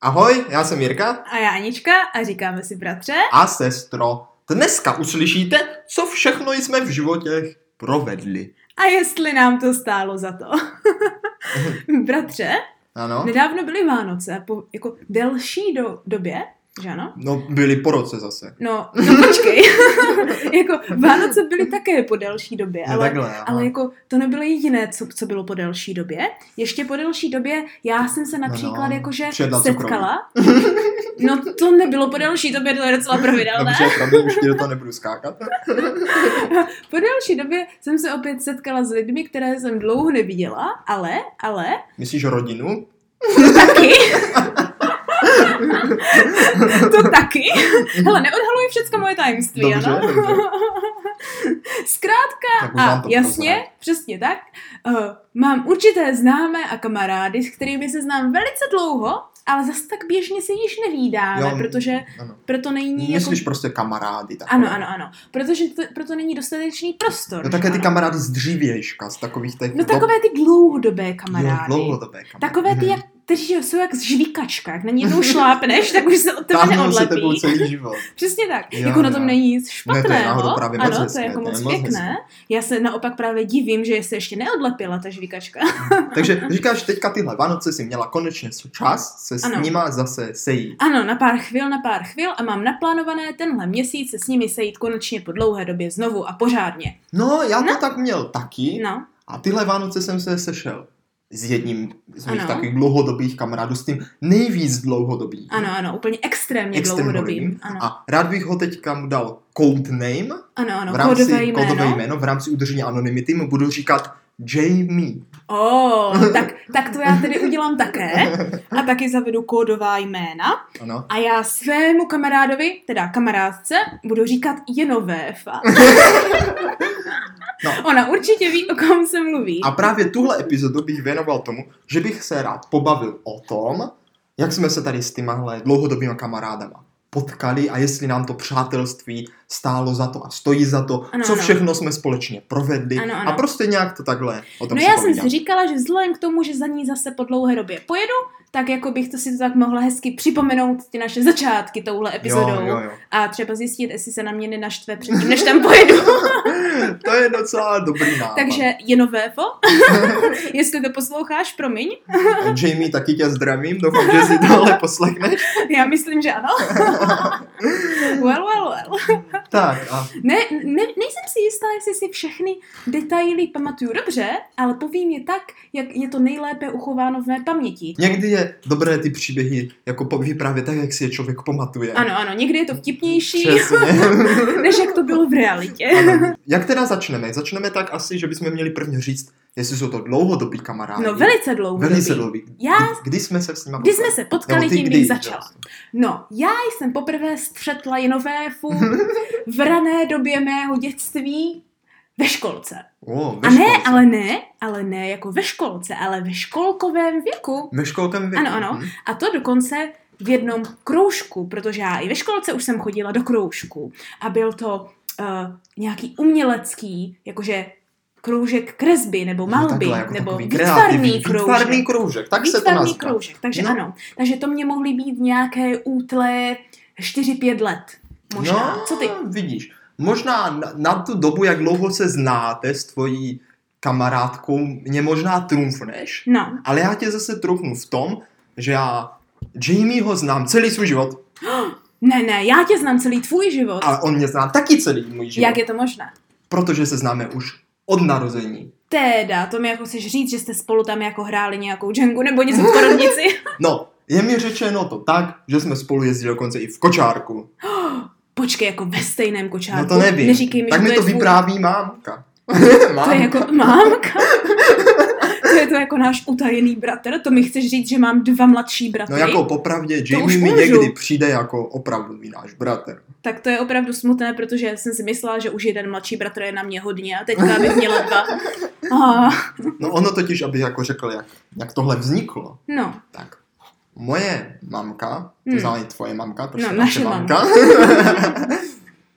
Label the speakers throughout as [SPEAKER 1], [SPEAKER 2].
[SPEAKER 1] Ahoj, já jsem Jirka
[SPEAKER 2] A já Anička a říkáme si bratře.
[SPEAKER 1] a sestro. Dneska uslyšíte, co všechno jsme v životě provedli.
[SPEAKER 2] A jestli nám to stálo za to.
[SPEAKER 1] Mhm.
[SPEAKER 2] bratře,
[SPEAKER 1] Ano?
[SPEAKER 2] nedávno byly Vánoce, po jako delší do, době, že ano?
[SPEAKER 1] No, byli po roce zase.
[SPEAKER 2] No, no počkej. jako Vánoce byly také po delší době,
[SPEAKER 1] No,
[SPEAKER 2] ale,
[SPEAKER 1] takhle, aha.
[SPEAKER 2] ale jako to nebylo jediné, co, co bylo po delší době. Ještě po delší době já jsem se například
[SPEAKER 1] no,
[SPEAKER 2] jakože
[SPEAKER 1] přijedla cukroví.
[SPEAKER 2] setkala. No to nebylo po delší době, to je docela pravidelné.
[SPEAKER 1] Dobře, pravda, už ti do toho nebudu skákat.
[SPEAKER 2] Po delší době jsem se opět setkala s lidmi, které jsem dlouho neviděla, ale, ale,
[SPEAKER 1] Myslíš rodinu?
[SPEAKER 2] taky. to taky. Hele, neodhaluj všecka moje tajemství,
[SPEAKER 1] Dobře,
[SPEAKER 2] ano?
[SPEAKER 1] dobře.
[SPEAKER 2] Zkrátka
[SPEAKER 1] Tak už vám
[SPEAKER 2] a
[SPEAKER 1] to
[SPEAKER 2] jasně, přesně tak, uh, mám určité známé a kamarády, s kterými se znám velice dlouho, ale zas tak běžně se již nevídáme,
[SPEAKER 1] Jo,
[SPEAKER 2] protože
[SPEAKER 1] Ano.
[SPEAKER 2] proto není jako...
[SPEAKER 1] Myslíš prostě kamarády. Takové.
[SPEAKER 2] Ano, ano, ano. Protože to, proto není dostatečný prostor.
[SPEAKER 1] No také ty
[SPEAKER 2] ano.
[SPEAKER 1] kamarády z dřívějška, z takových těch...
[SPEAKER 2] No
[SPEAKER 1] dob-
[SPEAKER 2] takové ty dlouhodobé
[SPEAKER 1] Jo,
[SPEAKER 2] kamarády.
[SPEAKER 1] dlouhodobé kamarády.
[SPEAKER 2] Takové ty,
[SPEAKER 1] Mhm.
[SPEAKER 2] jak, kteří jsou jak žvýkačka, jak na ní jednou šlápneš, tak už se od tebe
[SPEAKER 1] Táhnou se tebou
[SPEAKER 2] neodlepí.
[SPEAKER 1] celý život.
[SPEAKER 2] Přesně tak.
[SPEAKER 1] Jo,
[SPEAKER 2] Jo, jako na
[SPEAKER 1] jo.
[SPEAKER 2] tom není nic špatného.
[SPEAKER 1] náhodou právě moc
[SPEAKER 2] ano, to
[SPEAKER 1] hezké,
[SPEAKER 2] je jako
[SPEAKER 1] to je
[SPEAKER 2] moc
[SPEAKER 1] moc
[SPEAKER 2] pěkné. Já se naopak právě divím, že se ještě neodlepila ta žvíkačka.
[SPEAKER 1] Takže říkáš, teďka tyhle Vánoce si měla konečně čas se s
[SPEAKER 2] Ano.
[SPEAKER 1] nima zase sejít.
[SPEAKER 2] Ano, na pár chvil, na pár chvil a mám naplánované tenhle měsíc se s nimi sejít konečně po dlouhé době znovu a pořádně.
[SPEAKER 1] No, já to
[SPEAKER 2] No.
[SPEAKER 1] tak měl taky.
[SPEAKER 2] No,
[SPEAKER 1] A tyhle Vánoce jsem se sešel s jedním z mých
[SPEAKER 2] Ano.
[SPEAKER 1] takových dlouhodobých kamarádů, s tím nejvíc dlouhodobým.
[SPEAKER 2] ano, ano, úplně extrémně
[SPEAKER 1] Extrémně
[SPEAKER 2] dlouhodobým. Ano,
[SPEAKER 1] A rád bych ho teďka mu dal codename,
[SPEAKER 2] ano, ano,
[SPEAKER 1] v rámci
[SPEAKER 2] kódové
[SPEAKER 1] kódové
[SPEAKER 2] jméno.
[SPEAKER 1] jméno, v rámci udržení anonymity mu budu říkat Jamie.
[SPEAKER 2] O, tak, tak to já tedy udělám také. A taky zavedu kódová jména.
[SPEAKER 1] Ano.
[SPEAKER 2] A já svému kamarádovi, teda kamarádce, budu říkat Jenovéfa.
[SPEAKER 1] No.
[SPEAKER 2] Ona určitě ví, o kom se mluví.
[SPEAKER 1] A právě tuhle epizodu bych věnoval tomu, že bych se rád pobavil o tom, jak jsme se tady s tymahle dlouhodobýma kamarádama potkali a jestli nám to přátelství stálo za to a stojí za to,
[SPEAKER 2] Ano,
[SPEAKER 1] co
[SPEAKER 2] ano.
[SPEAKER 1] všechno jsme společně provedli
[SPEAKER 2] Ano,
[SPEAKER 1] a
[SPEAKER 2] ano.
[SPEAKER 1] prostě nějak to takhle o tom
[SPEAKER 2] No
[SPEAKER 1] si
[SPEAKER 2] já jsem
[SPEAKER 1] povídat.
[SPEAKER 2] si říkala, že vzhledem k tomu, že za ní zase po dlouhé době pojedu, tak jako bych to si to tak mohla hezky připomenout ty naše začátky touhle epizodou.
[SPEAKER 1] Jo, jo, jo.
[SPEAKER 2] A třeba zjistit, jestli se na mě nenaštve předtím, než tam pojedu.
[SPEAKER 1] to je docela dobrý nápad.
[SPEAKER 2] Takže Jenovéfo, jestli to posloucháš, promiň.
[SPEAKER 1] Jamie, taky tě zdravím, doufám, že si tohle poslechneš.
[SPEAKER 2] Já myslím, že ano. well, well, well.
[SPEAKER 1] Tak a
[SPEAKER 2] Ne, ne, nejsem si jistá, jestli si všechny detaily pamatuju dobře, ale povím je tak, jak je to nejlépe uchováno v mé paměti.
[SPEAKER 1] někdy je dobré ty příběhy jako po- vyprávět tak, jak si je člověk pamatuje.
[SPEAKER 2] Ano, ano, někdy je to vtipnější,
[SPEAKER 1] Přesně.
[SPEAKER 2] než jak to bylo v realitě.
[SPEAKER 1] Ano. Jak teda začneme? Začneme tak asi, že bychom měli prvně říct, jestli jsou to dlouhodobí kamarádi.
[SPEAKER 2] No, velice dlouho.
[SPEAKER 1] Velice dlouhý.
[SPEAKER 2] Já,
[SPEAKER 1] Kdy jsme se s nimi
[SPEAKER 2] když jsme se potkali, tím bych začala.
[SPEAKER 1] Vlastně.
[SPEAKER 2] No, já jsem poprvé střetla jenovéfu v rané době mého dětství ve školce.
[SPEAKER 1] O, ve
[SPEAKER 2] A ne,
[SPEAKER 1] školce.
[SPEAKER 2] ale ne, ale ne jako ve školce, ale ve školkovém věku.
[SPEAKER 1] Ve školkem věku.
[SPEAKER 2] Ano, ano.
[SPEAKER 1] mhm.
[SPEAKER 2] A to dokonce v jednom kroužku, protože já i ve školce už jsem chodila do kroužku. A byl to uh, nějaký umělecký, jakože kroužek kresby, nebo
[SPEAKER 1] No,
[SPEAKER 2] malby,
[SPEAKER 1] takhle, jako
[SPEAKER 2] nebo
[SPEAKER 1] takový
[SPEAKER 2] výtvarný
[SPEAKER 1] kreativní-
[SPEAKER 2] kroužek.
[SPEAKER 1] Výtvarný kroužek, tak se to
[SPEAKER 2] výtvarný
[SPEAKER 1] nazývá.
[SPEAKER 2] kroužek, takže
[SPEAKER 1] No.
[SPEAKER 2] ano. Takže to mě mohly být nějaké útlé 4-5 let. Možná.
[SPEAKER 1] No,
[SPEAKER 2] Co ty?
[SPEAKER 1] vidíš. Možná na, na tu dobu, jak dlouho se znáte s tvojí kamarádkou, mě možná trumfneš,
[SPEAKER 2] No.
[SPEAKER 1] ale já tě zase trumfnu v tom, že já Jamieho znám celý svůj život,
[SPEAKER 2] Ne, ne, já tě znám celý tvůj život.
[SPEAKER 1] ale on mě zná taky celý můj život.
[SPEAKER 2] Jak je to možné?
[SPEAKER 1] protože se známe už od narození.
[SPEAKER 2] Teda, to mi jako chceš říct, že jste spolu tam jako hráli nějakou džengu nebo něco v porodnici?
[SPEAKER 1] No, je mi řečeno to tak, že jsme spolu jezdili dokonce i v kočárku.
[SPEAKER 2] Počkej, jako ve stejném kočárku.
[SPEAKER 1] No to nevím.
[SPEAKER 2] Jako, Neříkej mi,
[SPEAKER 1] tak
[SPEAKER 2] že
[SPEAKER 1] mi
[SPEAKER 2] to,
[SPEAKER 1] to
[SPEAKER 2] je tvůj-
[SPEAKER 1] vypráví mámka. Mám.
[SPEAKER 2] To je jako mámka. to je to jako náš utajený bratr. To mi chceš říct, že mám dva mladší bratry.
[SPEAKER 1] No jako popravdě,
[SPEAKER 2] To
[SPEAKER 1] Jamie
[SPEAKER 2] už
[SPEAKER 1] mi
[SPEAKER 2] můžu.
[SPEAKER 1] někdy přijde jako opravdu náš bratr.
[SPEAKER 2] Tak to je opravdu smutné, protože jsem si myslela, že už jeden mladší bratr je na mě hodně a teďka bych měla dva. A,
[SPEAKER 1] No ono totiž, abych jako řekl, jak, jak tohle vzniklo,
[SPEAKER 2] no,
[SPEAKER 1] tak moje mamka, to
[SPEAKER 2] Hmm.
[SPEAKER 1] znala i tvoje mamka, prostě
[SPEAKER 2] No,
[SPEAKER 1] naše
[SPEAKER 2] naše
[SPEAKER 1] mamka,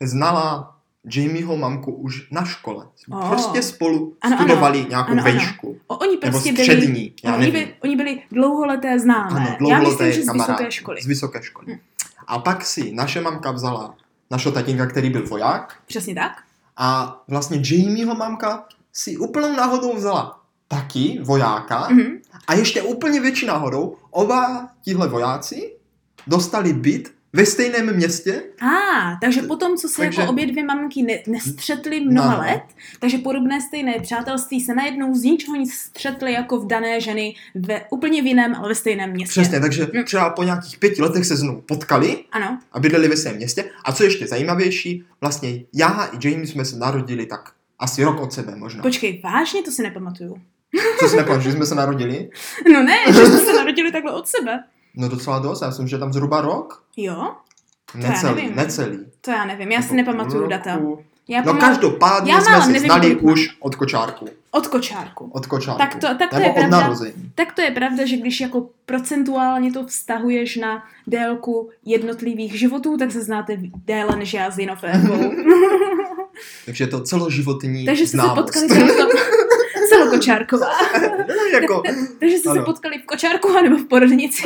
[SPEAKER 1] znala Jamieho mamku už na škole.
[SPEAKER 2] O.
[SPEAKER 1] Oh. Prostě spolu
[SPEAKER 2] Ano,
[SPEAKER 1] ano,
[SPEAKER 2] ano.
[SPEAKER 1] studovali ano. nějakou
[SPEAKER 2] Ano,
[SPEAKER 1] ano,
[SPEAKER 2] ano.
[SPEAKER 1] vejšku. Ano.
[SPEAKER 2] O, oni
[SPEAKER 1] Nebo
[SPEAKER 2] prostě byli,
[SPEAKER 1] střední, já
[SPEAKER 2] oni,
[SPEAKER 1] nevím.
[SPEAKER 2] by, oni byli dlouholeté známé.
[SPEAKER 1] ano,
[SPEAKER 2] Já
[SPEAKER 1] dlouholeté
[SPEAKER 2] myslím, že z
[SPEAKER 1] kamarády.
[SPEAKER 2] vysoké školy. Hmm.
[SPEAKER 1] Z vysoké školy. A pak si naše mamka vzala našeho tatínka, který byl voják,
[SPEAKER 2] Přesně tak.
[SPEAKER 1] a vlastně Jamieho mamka si úplnou náhodou vzala taky vojáka,
[SPEAKER 2] Mhm.
[SPEAKER 1] A ještě úplně větší náhodou, oba tihle vojáci dostali byt ve stejném městě.
[SPEAKER 2] A, takže potom, co se
[SPEAKER 1] Takže-
[SPEAKER 2] jako obě dvě mamky ne, nestřetly mnoha
[SPEAKER 1] No.
[SPEAKER 2] let, takže podobné stejné přátelství se najednou z ničeho nic střetly jako v dané ženy ve úplně v jiném, ale ve stejném městě.
[SPEAKER 1] Přesně, takže
[SPEAKER 2] Hm.
[SPEAKER 1] třeba po nějakých pěti letech se znovu potkali
[SPEAKER 2] Ano,
[SPEAKER 1] a bydleli ve svém městě. A co ještě zajímavější, vlastně já i James jsme se narodili tak asi rok od sebe možná.
[SPEAKER 2] počkej, vážně to si nepamatuju.
[SPEAKER 1] Co si nepamatuju, že jsme se narodili?
[SPEAKER 2] No ne, že jsme se narodili takhle od sebe.
[SPEAKER 1] No docela dost, já myslím, že tam zhruba rok.
[SPEAKER 2] Jo, já
[SPEAKER 1] Necelý,
[SPEAKER 2] nevím.
[SPEAKER 1] necelý.
[SPEAKER 2] to já nevím, já si
[SPEAKER 1] Nebo
[SPEAKER 2] nepamatuju
[SPEAKER 1] půl
[SPEAKER 2] data.
[SPEAKER 1] roku.
[SPEAKER 2] Já
[SPEAKER 1] No
[SPEAKER 2] pamatuju
[SPEAKER 1] každopádně
[SPEAKER 2] Já
[SPEAKER 1] jsme
[SPEAKER 2] málem
[SPEAKER 1] se
[SPEAKER 2] nevím,
[SPEAKER 1] znali
[SPEAKER 2] kolik mám.
[SPEAKER 1] už od kočárku.
[SPEAKER 2] od kočárku.
[SPEAKER 1] Od kočárku.
[SPEAKER 2] Tak to, tak to
[SPEAKER 1] Nebo
[SPEAKER 2] je
[SPEAKER 1] od
[SPEAKER 2] pravda.
[SPEAKER 1] narození.
[SPEAKER 2] Tak to je pravda, že když jako procentuálně to vztahuješ na délku jednotlivých životů, tak se znáte déle než já s Jinofévou.
[SPEAKER 1] Takže to celoživotní
[SPEAKER 2] Takže jste se
[SPEAKER 1] známost.
[SPEAKER 2] potkali tam celokočárková.
[SPEAKER 1] jako,
[SPEAKER 2] Takže jste se
[SPEAKER 1] Ano.
[SPEAKER 2] potkali v kočárku anebo v porodnici.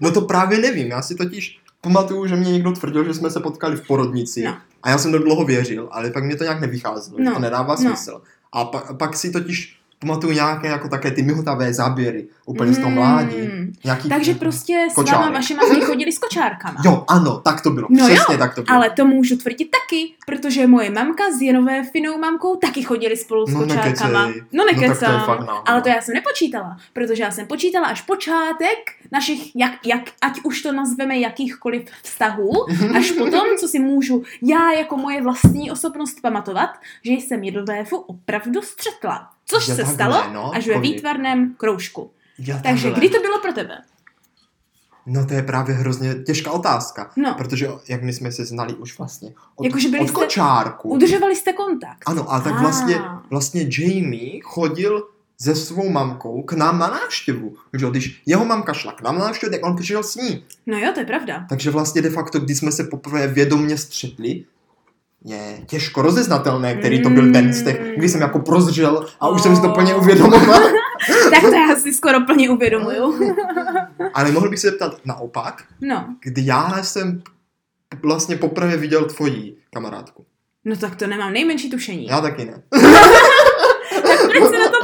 [SPEAKER 1] no to právě nevím, já si totiž pamatuju, že mě někdo tvrdil, že jsme se potkali v porodnici
[SPEAKER 2] No.
[SPEAKER 1] a já jsem to dlouho věřil, ale pak mě to nějak nevycházelo,
[SPEAKER 2] No,
[SPEAKER 1] no. to nedává
[SPEAKER 2] no.
[SPEAKER 1] smysl. A pa, pak si totiž pamatuju nějaké jako také ty mihotavé záběry, úplně z toho
[SPEAKER 2] Mm.
[SPEAKER 1] mládí. Nějaký,
[SPEAKER 2] Takže prostě s
[SPEAKER 1] Kočárek.
[SPEAKER 2] váma vaše matky chodili s kočárkama.
[SPEAKER 1] Jo, ano, tak to bylo,
[SPEAKER 2] No
[SPEAKER 1] no přesně jo, tak to bylo.
[SPEAKER 2] Ale to můžu tvrdit taky, protože moje mamka s Jenové finou mamkou taky chodili spolu s
[SPEAKER 1] No
[SPEAKER 2] kočárkama.
[SPEAKER 1] nekecej.
[SPEAKER 2] No
[SPEAKER 1] tak to je
[SPEAKER 2] nekecám.
[SPEAKER 1] fakt no, náhoda.
[SPEAKER 2] ale to já jsem nepočítala, protože já jsem počítala až počátek našich, jak, jak, ať už to nazveme jakýchkoliv vztahů,
[SPEAKER 1] Mhm.
[SPEAKER 2] až potom, co si můžu já jako moje vlastní osobnost pamatovat, že jsem Jedovéfu opravdu střetla. Což
[SPEAKER 1] Je
[SPEAKER 2] se
[SPEAKER 1] takhle,
[SPEAKER 2] stalo
[SPEAKER 1] no,
[SPEAKER 2] až ve
[SPEAKER 1] povídej.
[SPEAKER 2] výtvarném kroužku.
[SPEAKER 1] Je
[SPEAKER 2] Takže
[SPEAKER 1] takhle.
[SPEAKER 2] kdy to bylo pro tebe?
[SPEAKER 1] No to je právě hrozně těžká otázka,
[SPEAKER 2] No,
[SPEAKER 1] protože jak my jsme se znali už vlastně od,
[SPEAKER 2] Jakože byli
[SPEAKER 1] od
[SPEAKER 2] jste-
[SPEAKER 1] kočárku.
[SPEAKER 2] udržovali jste kontakt.
[SPEAKER 1] Ano, a tak vlastně,
[SPEAKER 2] Ah.
[SPEAKER 1] vlastně Jamie chodil se svou mamkou k nám na návštěvu. Že jo, když jeho mamka šla k nám na návštěvu, tak on přišel s ní.
[SPEAKER 2] No jo, to je pravda.
[SPEAKER 1] Takže vlastně de facto, když jsme se poprvé vědomně střetli, je těžko rozeznatelné, který to byl ten
[SPEAKER 2] Hmm.
[SPEAKER 1] vztek, kdy jsem jako prozřel a už jsem
[SPEAKER 2] No.
[SPEAKER 1] si to plně uvědomoval.
[SPEAKER 2] Tak to já si skoro plně uvědomuju.
[SPEAKER 1] Ale mohl bych se zeptat naopak,
[SPEAKER 2] No,
[SPEAKER 1] kdy já jsem vlastně poprvé viděl tvoji kamarádku.
[SPEAKER 2] no tak to nemám nejmenší tušení.
[SPEAKER 1] Já taky ne.
[SPEAKER 2] Proč se na to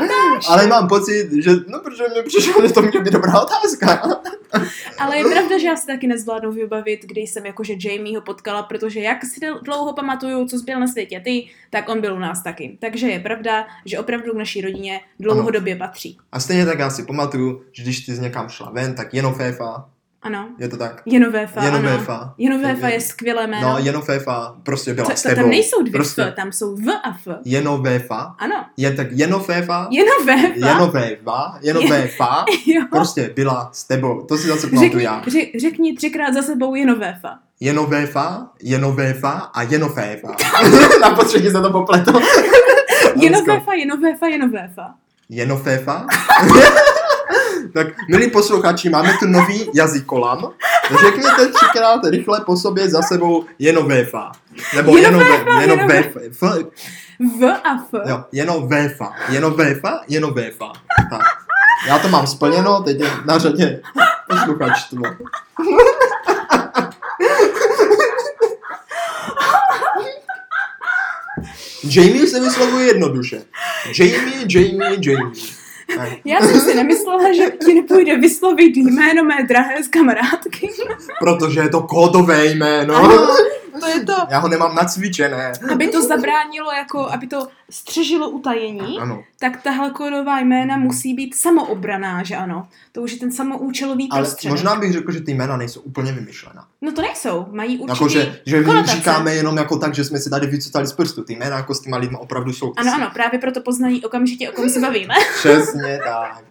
[SPEAKER 1] Ale mám pocit, že, no protože mě přišlo, že to může být dobrá otázka.
[SPEAKER 2] Ale je pravda, že já si taky nezvládnu vybavit, kdy jsem jakože Jamie ho potkala, protože jak si del- dlouho pamatuju, co byl na světě ty, tak on byl u nás taky. Takže je pravda, že opravdu k naší rodině dlouhodobě patří.
[SPEAKER 1] A stejně tak já si pamatuju, že když ty z někam šla ven, tak Jenoféfa,
[SPEAKER 2] Ano.
[SPEAKER 1] je to tak?
[SPEAKER 2] Jenovéfa, ano.
[SPEAKER 1] Jenoféfa.
[SPEAKER 2] Jenovéfa je skvělé jméno.
[SPEAKER 1] No, Jenoféfa prostě byla
[SPEAKER 2] to,
[SPEAKER 1] s
[SPEAKER 2] to,
[SPEAKER 1] tebou.
[SPEAKER 2] tam nejsou dvě prostě. F,
[SPEAKER 1] prostě.
[SPEAKER 2] tam jsou V a F.
[SPEAKER 1] Jenoféfa.
[SPEAKER 2] Ano.
[SPEAKER 1] Je tak Jenoféfa.
[SPEAKER 2] Jenovéfa.
[SPEAKER 1] Jenoféfa. Jenoféfa.
[SPEAKER 2] Jo.
[SPEAKER 1] Prostě byla s tebou. To si zase pamatuju
[SPEAKER 2] Řekni,
[SPEAKER 1] já.
[SPEAKER 2] řek, řekni třikrát za sebou Jenovéfa.
[SPEAKER 1] Jenoféfa, Jenoféfa a Jenoféfa. Na potřetí se to popleto.
[SPEAKER 2] Jenovéfa, Jenovéfa, Jenovéfa.
[SPEAKER 1] Jenoféfa. tak, milí posluchači, máme tu nový jazykolam. Řekněte třikrát rychle po sobě za sebou Jenoféfa. Nebo Jenoféfa,
[SPEAKER 2] Jenoféfa.
[SPEAKER 1] Jenoféfa.
[SPEAKER 2] V a F.
[SPEAKER 1] Jo, Jenoféfa, Jenoféfa, Jenoféfa. Tak. Já to mám splněno, teď je na řadě posluchačstvo. Jamie se vyslovuje jednoduše. Jamie, Jamie, Jamie. Tak.
[SPEAKER 2] Já jsem si nemyslela, že ti nepůjde vyslovit jméno mé drahé z kamarádky.
[SPEAKER 1] Protože je to kódové jméno.
[SPEAKER 2] Ano, to je to,
[SPEAKER 1] Já ho nemám nacvičené.
[SPEAKER 2] aby to zabránilo, jako, aby to střežilo utajení,
[SPEAKER 1] Ano.
[SPEAKER 2] tak tahle kódová jména musí být samoobraná, že ano? To už je ten samoučelový
[SPEAKER 1] Ale
[SPEAKER 2] prostředek.
[SPEAKER 1] možná bych řekl, že ty jména nejsou úplně vymyšlená.
[SPEAKER 2] No to nejsou, mají určitý
[SPEAKER 1] Jakože, Jako že my jim
[SPEAKER 2] konotace.
[SPEAKER 1] říkáme jenom jako tak, že jsme si tady vycutali z prstu. Ty jména jako s těma lidma opravdu jsou.
[SPEAKER 2] Ano, ano, právě proto poznají okamžitě, o kom se bavíme.
[SPEAKER 1] Přesně tak.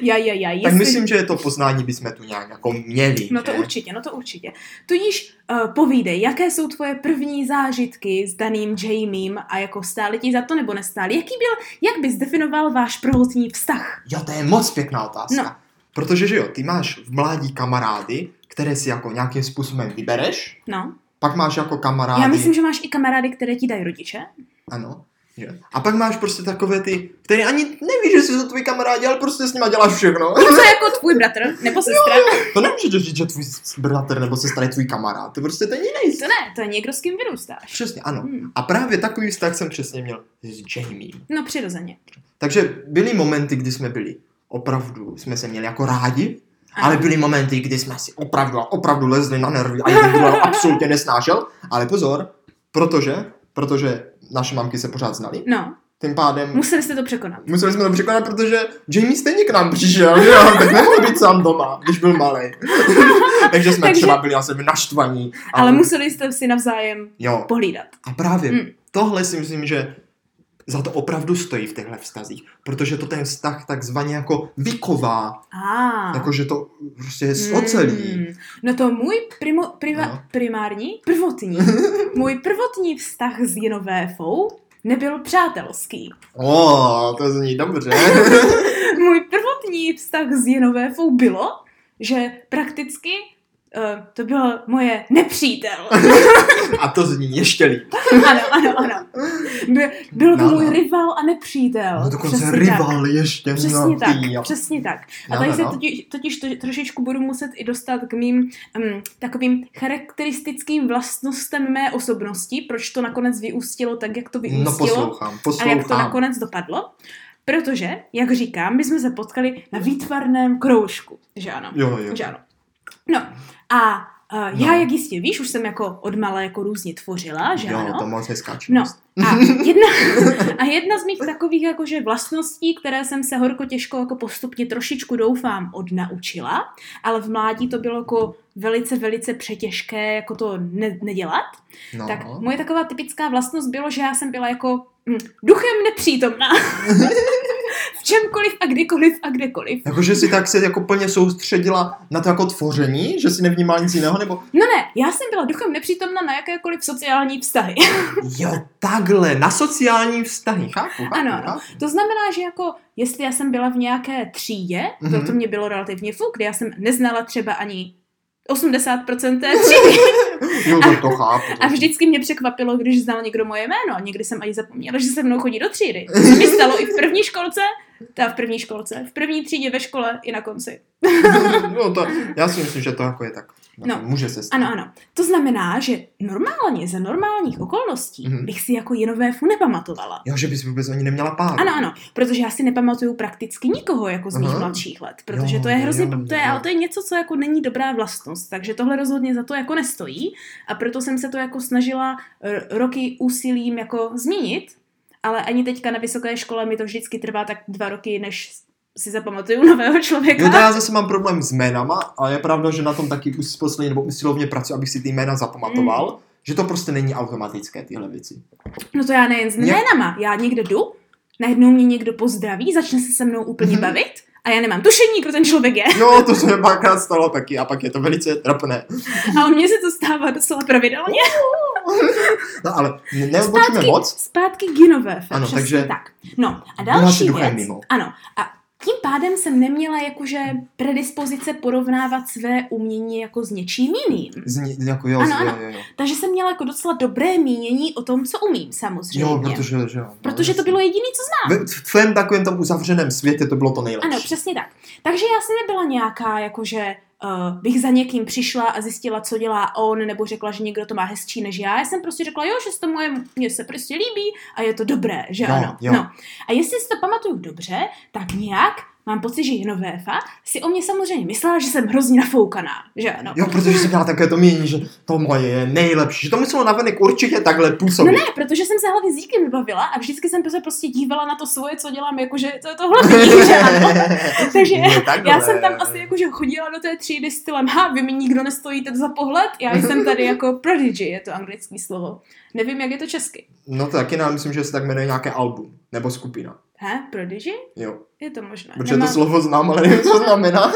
[SPEAKER 2] Ja, ja, ja,
[SPEAKER 1] Tak
[SPEAKER 2] jestli...
[SPEAKER 1] myslím, že to poznání bychom tu nějak jako měli.
[SPEAKER 2] No to
[SPEAKER 1] že?
[SPEAKER 2] určitě, no to určitě. Tudíž uh, povídej, jaké jsou tvoje první zážitky s daným Jamiem a jako stáli ti za to nebo nestáli? Jaký byl, jak bys definoval váš prvotní vztah?
[SPEAKER 1] Jo, to je moc pěkná otázka.
[SPEAKER 2] No.
[SPEAKER 1] No. Protože, že jo, ty máš v mládí kamarády, které si jako nějakým způsobem vybereš
[SPEAKER 2] No,
[SPEAKER 1] Pak máš jako kamarády.
[SPEAKER 2] Já myslím, že máš i kamarády, které ti dají rodiče.
[SPEAKER 1] Ano. Že? A pak máš prostě takové ty, které ani nevíš, že jsou tvoji kamarádi, ale prostě s nima děláš všechno.
[SPEAKER 2] Co jako tvůj bratr nebo sestra?
[SPEAKER 1] To nemůžeš říct, že tvůj bratr nebo sestra je tvůj kamarád. To prostě ten jiný.
[SPEAKER 2] To ne, to je někdo, s kým vyrůstáš.
[SPEAKER 1] Přesně, ano.
[SPEAKER 2] Hmm.
[SPEAKER 1] A právě takový vztah jsem přesně měl s Jamie.
[SPEAKER 2] No přirozeně.
[SPEAKER 1] Takže byly momenty, kdy jsme byli opravdu, jsme se měli jako rádi,
[SPEAKER 2] Ano.
[SPEAKER 1] ale byly momenty, kdy jsme si opravdu a opravdu lezli na nervy a jeden druhého absolutně nesnášel. Ale pozor, protože, protože naše mamky se pořád znali,
[SPEAKER 2] No,
[SPEAKER 1] tím pádem
[SPEAKER 2] museli jste to překonat.
[SPEAKER 1] museli jsme to překonat, protože Jamie stejně k nám přišel, že jo? tak nemohl být sám doma, když byl malý. Takže jsme
[SPEAKER 2] Takže-
[SPEAKER 1] třeba byli na sebe naštvaní. a-
[SPEAKER 2] Ale museli jste si navzájem
[SPEAKER 1] Jo,
[SPEAKER 2] pohlídat.
[SPEAKER 1] a právě
[SPEAKER 2] Mm.
[SPEAKER 1] tohle si myslím, že za to opravdu stojí v těchto vztazích, protože to ten vztah takzvaně jako vyková,
[SPEAKER 2] Ah.
[SPEAKER 1] Jakože to prostě je z ocelí.
[SPEAKER 2] Mm. No to můj primo, priva,
[SPEAKER 1] No.
[SPEAKER 2] primární, prvotní, můj prvotní vztah s Jinovéfou nebyl přátelský.
[SPEAKER 1] O, to zní dobře.
[SPEAKER 2] Můj prvotní vztah s Jinovéfou bylo, že prakticky eh, to bylo moje nepřítel.
[SPEAKER 1] A to zní ještě líp.
[SPEAKER 2] Ano, ano, ano. By, byl to
[SPEAKER 1] No, no.
[SPEAKER 2] můj rival a nepřítel.
[SPEAKER 1] No dokonce
[SPEAKER 2] Přesně
[SPEAKER 1] rival ještě.
[SPEAKER 2] Přesně
[SPEAKER 1] no,
[SPEAKER 2] tak,
[SPEAKER 1] ty jo.
[SPEAKER 2] přesně tak. A
[SPEAKER 1] No,
[SPEAKER 2] tady
[SPEAKER 1] no,
[SPEAKER 2] se
[SPEAKER 1] no.
[SPEAKER 2] totiž, totiž to, trošičku budu muset i dostat k mým um, takovým charakteristickým vlastnostem mé osobnosti, proč to nakonec vyústilo tak, jak to
[SPEAKER 1] No
[SPEAKER 2] vyústilo
[SPEAKER 1] poslouchám,
[SPEAKER 2] a jak to
[SPEAKER 1] poslouchám.
[SPEAKER 2] nakonec dopadlo. Protože, jak říkám, my jsme se potkali na výtvarném kroužku, že ano?
[SPEAKER 1] Jo, jo.
[SPEAKER 2] Že ano. No a uh, já,
[SPEAKER 1] No.
[SPEAKER 2] jak jistě víš, už jsem jako od malé jako různě tvořila, že ano?
[SPEAKER 1] Jo, to moc hezká
[SPEAKER 2] No,
[SPEAKER 1] činnost.
[SPEAKER 2] a jedna, a jedna z mých takových jakože vlastností, které jsem se horko těžko jako postupně trošičku doufám odnaučila, ale v mládí to bylo jako velice, velice přetěžké jako to ne- nedělat,
[SPEAKER 1] No,
[SPEAKER 2] tak moje taková typická vlastnost bylo, že já jsem byla jako hm, duchem nepřítomná. v čemkoliv a kdykoliv a kdekoliv.
[SPEAKER 1] Jakože si tak se jako plně soustředila na to jako tvoření, že si nevnímala nic jiného, nebo
[SPEAKER 2] No ne, já jsem byla duchem nepřítomná na jakékoliv sociální vztahy.
[SPEAKER 1] jo, takhle, na sociální vztahy, chápu, chápu,
[SPEAKER 2] Ano, ano.
[SPEAKER 1] chápu.
[SPEAKER 2] To znamená, že jako, jestli já jsem byla v nějaké třídě,
[SPEAKER 1] Mhm.
[SPEAKER 2] mm-hmm. proto mě bylo relativně fuk, kde já jsem neznala třeba ani 80% té třídy
[SPEAKER 1] Jo, to, to chápu.
[SPEAKER 2] a vždycky mě překvapilo, když znal někdo moje jméno a někdy jsem ani zapomněla, že se mnou chodí do třídy. To mi stalo i v první školce, ta v první školce, v první třídě ve škole i na konci.
[SPEAKER 1] no, to, já si myslím, že to jako je tak.
[SPEAKER 2] No.
[SPEAKER 1] Může se stát.
[SPEAKER 2] Ano, ano. To znamená, že normálně, za normálních okolností
[SPEAKER 1] Mhm.
[SPEAKER 2] mm-hmm. bych si jako Jinovéfu nepamatovala.
[SPEAKER 1] Jo, že bys vůbec ani neměla pár.
[SPEAKER 2] Ano, ano, protože já si nepamatuju prakticky nikoho jako z mých
[SPEAKER 1] Aha.
[SPEAKER 2] mladších let, protože
[SPEAKER 1] Jo,
[SPEAKER 2] to je
[SPEAKER 1] jo,
[SPEAKER 2] hrozně,
[SPEAKER 1] jo,
[SPEAKER 2] to je,
[SPEAKER 1] jo.
[SPEAKER 2] ale to je něco, co jako není dobrá vlastnost, takže tohle rozhodně za to jako nestojí a proto jsem se to jako snažila r- roky úsilím jako změnit, ale ani teďka na vysoké škole mi to vždycky trvá tak dva roky, než si zapamatuju nového člověka.
[SPEAKER 1] Jo, to já zase mám problém s jménama a je pravda, že na tom taky už poslední nebo usilovně pracuji, abych si ty jména zapamatoval,
[SPEAKER 2] Mm.
[SPEAKER 1] že to prostě není automatické tyhle věci.
[SPEAKER 2] No to já nejen s
[SPEAKER 1] Ně-
[SPEAKER 2] jménama, já někde jdu, najednou mě někdo pozdraví, začne se se mnou úplně
[SPEAKER 1] Mhm.
[SPEAKER 2] bavit a já nemám tušení, kdo ten člověk je.
[SPEAKER 1] Jo, to se mi párkrát stalo taky a pak je to velice trapné.
[SPEAKER 2] Ale mně se to stává docela pravidelně.
[SPEAKER 1] No ale ne- neobočíme moc.
[SPEAKER 2] Zpátky k Ginové.
[SPEAKER 1] Ano,
[SPEAKER 2] přesně
[SPEAKER 1] takže-
[SPEAKER 2] Tak. No a
[SPEAKER 1] Byla si
[SPEAKER 2] další
[SPEAKER 1] duchem
[SPEAKER 2] věc.
[SPEAKER 1] mimo.
[SPEAKER 2] Ano. A tím pádem jsem neměla jakože predispozice porovnávat své umění jako s něčím jiným.
[SPEAKER 1] Zní, jako jo,
[SPEAKER 2] Ano,
[SPEAKER 1] ano,
[SPEAKER 2] ano.
[SPEAKER 1] jo, jo, jo.
[SPEAKER 2] Takže jsem měla jako docela dobré mínění o tom, co umím samozřejmě.
[SPEAKER 1] jo, protože, že jo. no,
[SPEAKER 2] Protože to
[SPEAKER 1] jasně.
[SPEAKER 2] bylo jediný, co znám.
[SPEAKER 1] Ve- v tvém takovém tom uzavřeném světě to bylo to nejlepší.
[SPEAKER 2] Ano, přesně tak. Takže já jsem nebyla nějaká jakože uh, bych za někým přišla a zjistila, co dělá on, nebo řekla, že někdo to má hezčí než já. Já jsem prostě řekla, jo, že se to moje, mně se prostě líbí a je to dobré, že
[SPEAKER 1] Jo,
[SPEAKER 2] ano.
[SPEAKER 1] jo.
[SPEAKER 2] No. A jestli si to pamatuju dobře, tak nějak mám pocit, že Jinovéfa si o mě samozřejmě myslela, že jsem hrozně nafoukaná, že ano.
[SPEAKER 1] Jo, protože jsem měla takové to mění, že to moje je nejlepší, že to muselo navenek určitě takhle
[SPEAKER 2] No
[SPEAKER 1] působit.
[SPEAKER 2] ne, protože jsem se hlavně s díkem bavila a vždycky jsem se prostě dívala na to svoje, co dělám, jakože to je to hlavní, že ano. Takže
[SPEAKER 1] Je No, takhle.
[SPEAKER 2] Já jsem tam asi jakože chodila do té třídy stylem, ha, vy mi nikdo nestojíte za pohled, já jsem tady jako prodigy, je to anglické slovo. Nevím, jak je to česky.
[SPEAKER 1] No to taky nám myslím, že se tak jmenuje nějaké album nebo skupina.
[SPEAKER 2] He, prodigy?
[SPEAKER 1] Jo,
[SPEAKER 2] Je to možné.
[SPEAKER 1] protože
[SPEAKER 2] Nemám,
[SPEAKER 1] to slovo znám, ale nevím, co znamená.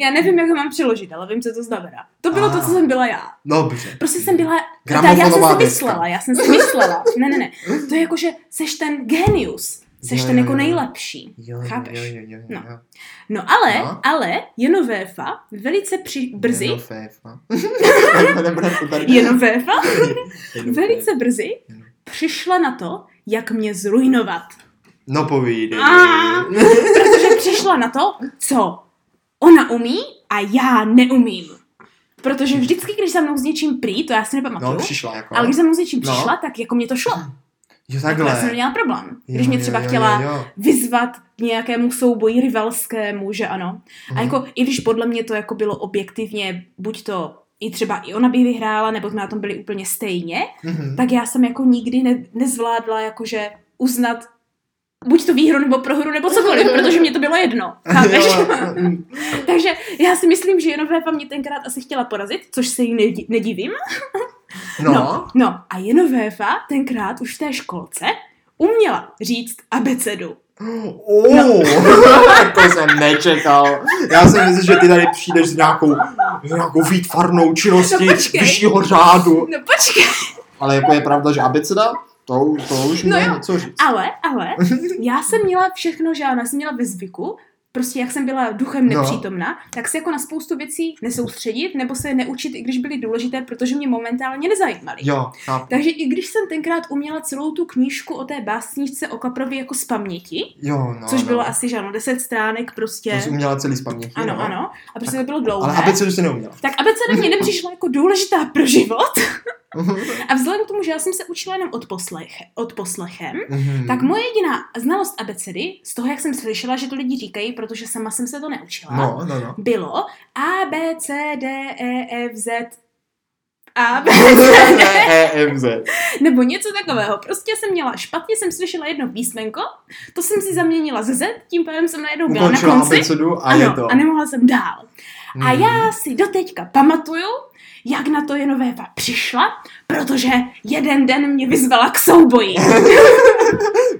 [SPEAKER 2] Já nevím, jak ho mám přeložit, ale vím, co to znamená. To bylo to, co
[SPEAKER 1] Ah.
[SPEAKER 2] jsem byla já.
[SPEAKER 1] Dobře.
[SPEAKER 2] Prostě jsem byla... Ta, já jsem
[SPEAKER 1] Gramofonová
[SPEAKER 2] si
[SPEAKER 1] deska.
[SPEAKER 2] myslela, já jsem si myslela. Ne, ne, ne. To je jako, že seš ten genius. Seš
[SPEAKER 1] Jo,
[SPEAKER 2] ten
[SPEAKER 1] jo,
[SPEAKER 2] jako
[SPEAKER 1] jo.
[SPEAKER 2] nejlepší.
[SPEAKER 1] Jo, jo,
[SPEAKER 2] Chápeš?
[SPEAKER 1] jo, jo, jo,
[SPEAKER 2] No.
[SPEAKER 1] jo.
[SPEAKER 2] No ale,
[SPEAKER 1] No.
[SPEAKER 2] ale Jenovéfa velice při... brzy,
[SPEAKER 1] Jenom féfa. Nebude no. to tady.
[SPEAKER 2] Jenovéfa
[SPEAKER 1] Jenom
[SPEAKER 2] velice brzy
[SPEAKER 1] Jenom.
[SPEAKER 2] přišla na to, jak mě zrujnovat.
[SPEAKER 1] No povídej.
[SPEAKER 2] A- Protože přišla na to, co ona umí a já neumím. Protože vždycky, když za mnou s něčím prý, to já si nepamatuju,
[SPEAKER 1] No, přišla jako.
[SPEAKER 2] ale když za mnou s něčím
[SPEAKER 1] No.
[SPEAKER 2] přišla, tak jako mě to šlo.
[SPEAKER 1] Jo,
[SPEAKER 2] Já jsem
[SPEAKER 1] takhle.
[SPEAKER 2] neměla problém.
[SPEAKER 1] Jo,
[SPEAKER 2] Když mě
[SPEAKER 1] jo,
[SPEAKER 2] třeba
[SPEAKER 1] jo, jo,
[SPEAKER 2] chtěla
[SPEAKER 1] jo.
[SPEAKER 2] vyzvat k nějakému souboji rivalskému, že ano. A
[SPEAKER 1] Mhm.
[SPEAKER 2] jako, i když podle mě to jako bylo objektivně, buď to i třeba i ona by vyhrála, nebo jsme na tom byli úplně stejně,
[SPEAKER 1] Mhm.
[SPEAKER 2] tak já jsem jako nikdy ne- nezvládla jakože uznat buď to výhru nebo prohru nebo cokoliv, protože mě to bylo jedno. Chápeš?
[SPEAKER 1] Jo, mm,
[SPEAKER 2] Takže já si myslím, že Jenovéfa mě tenkrát asi chtěla porazit, což se jí nedi- nedivím.
[SPEAKER 1] No.
[SPEAKER 2] no a Jenovéfa tenkrát už v té školce uměla říct abecedu. No.
[SPEAKER 1] Oh, to jsem nečekal. Já jsem myslel, že ty tady přijdeš s nějakou, s nějakou výtvarnou činností
[SPEAKER 2] No, počkej.
[SPEAKER 1] vyššího řádu.
[SPEAKER 2] No počkej,
[SPEAKER 1] Ale jako je pravda, že abeceda, to, to už
[SPEAKER 2] No
[SPEAKER 1] no
[SPEAKER 2] jo.
[SPEAKER 1] něco říct.
[SPEAKER 2] ale, ale, já jsem měla všechno, že já jsem měla ve zvyku, prostě jak jsem byla duchem
[SPEAKER 1] No.
[SPEAKER 2] nepřítomná, tak se jako na spoustu věcí nesoustředit, nebo se je neučit, i když byly důležité, protože mě momentálně nezajímaly.
[SPEAKER 1] Jo, chápu.
[SPEAKER 2] Takže i když jsem tenkrát uměla celou tu knížku o té básničce o Kaprovi jako z paměti,
[SPEAKER 1] Jo, no,
[SPEAKER 2] no, což
[SPEAKER 1] no.
[SPEAKER 2] bylo asi, že ano, 10 stránek
[SPEAKER 1] To
[SPEAKER 2] prostě.
[SPEAKER 1] jsi uměla celý z paměti.
[SPEAKER 2] Ano,
[SPEAKER 1] no.
[SPEAKER 2] ano. A prostě to bylo dlouhé.
[SPEAKER 1] Ale abecedu jsi neuměla.
[SPEAKER 2] Tak abeceda mě nepřišla jako důležitá pro život.
[SPEAKER 1] Mhm.
[SPEAKER 2] A vzhledem k tomu, že já jsem se učila jenom od, poslech, od poslechem,
[SPEAKER 1] Mhm.
[SPEAKER 2] tak moje jediná znalost abecedy, z toho, jak jsem slyšela, že to lidi říkají, protože sama jsem se to neučila,
[SPEAKER 1] No, no, no.
[SPEAKER 2] bylo A, B, C, D, E, F, Z, A, B,
[SPEAKER 1] EMZ.
[SPEAKER 2] nebo něco takového. Prostě jsem měla špatně, jsem slyšela jedno písmenko, to jsem si zaměnila ze Z, tím pádem jsem najednou byla na
[SPEAKER 1] Ukončila
[SPEAKER 2] konci.
[SPEAKER 1] abecedu a
[SPEAKER 2] ano,
[SPEAKER 1] je to.
[SPEAKER 2] a nemohla jsem dál. A
[SPEAKER 1] Mhm.
[SPEAKER 2] já si doteďka pamatuju, jak na to Jenovéva přišla, protože jeden den mě vyzvala k souboji.
[SPEAKER 1] V Mhm.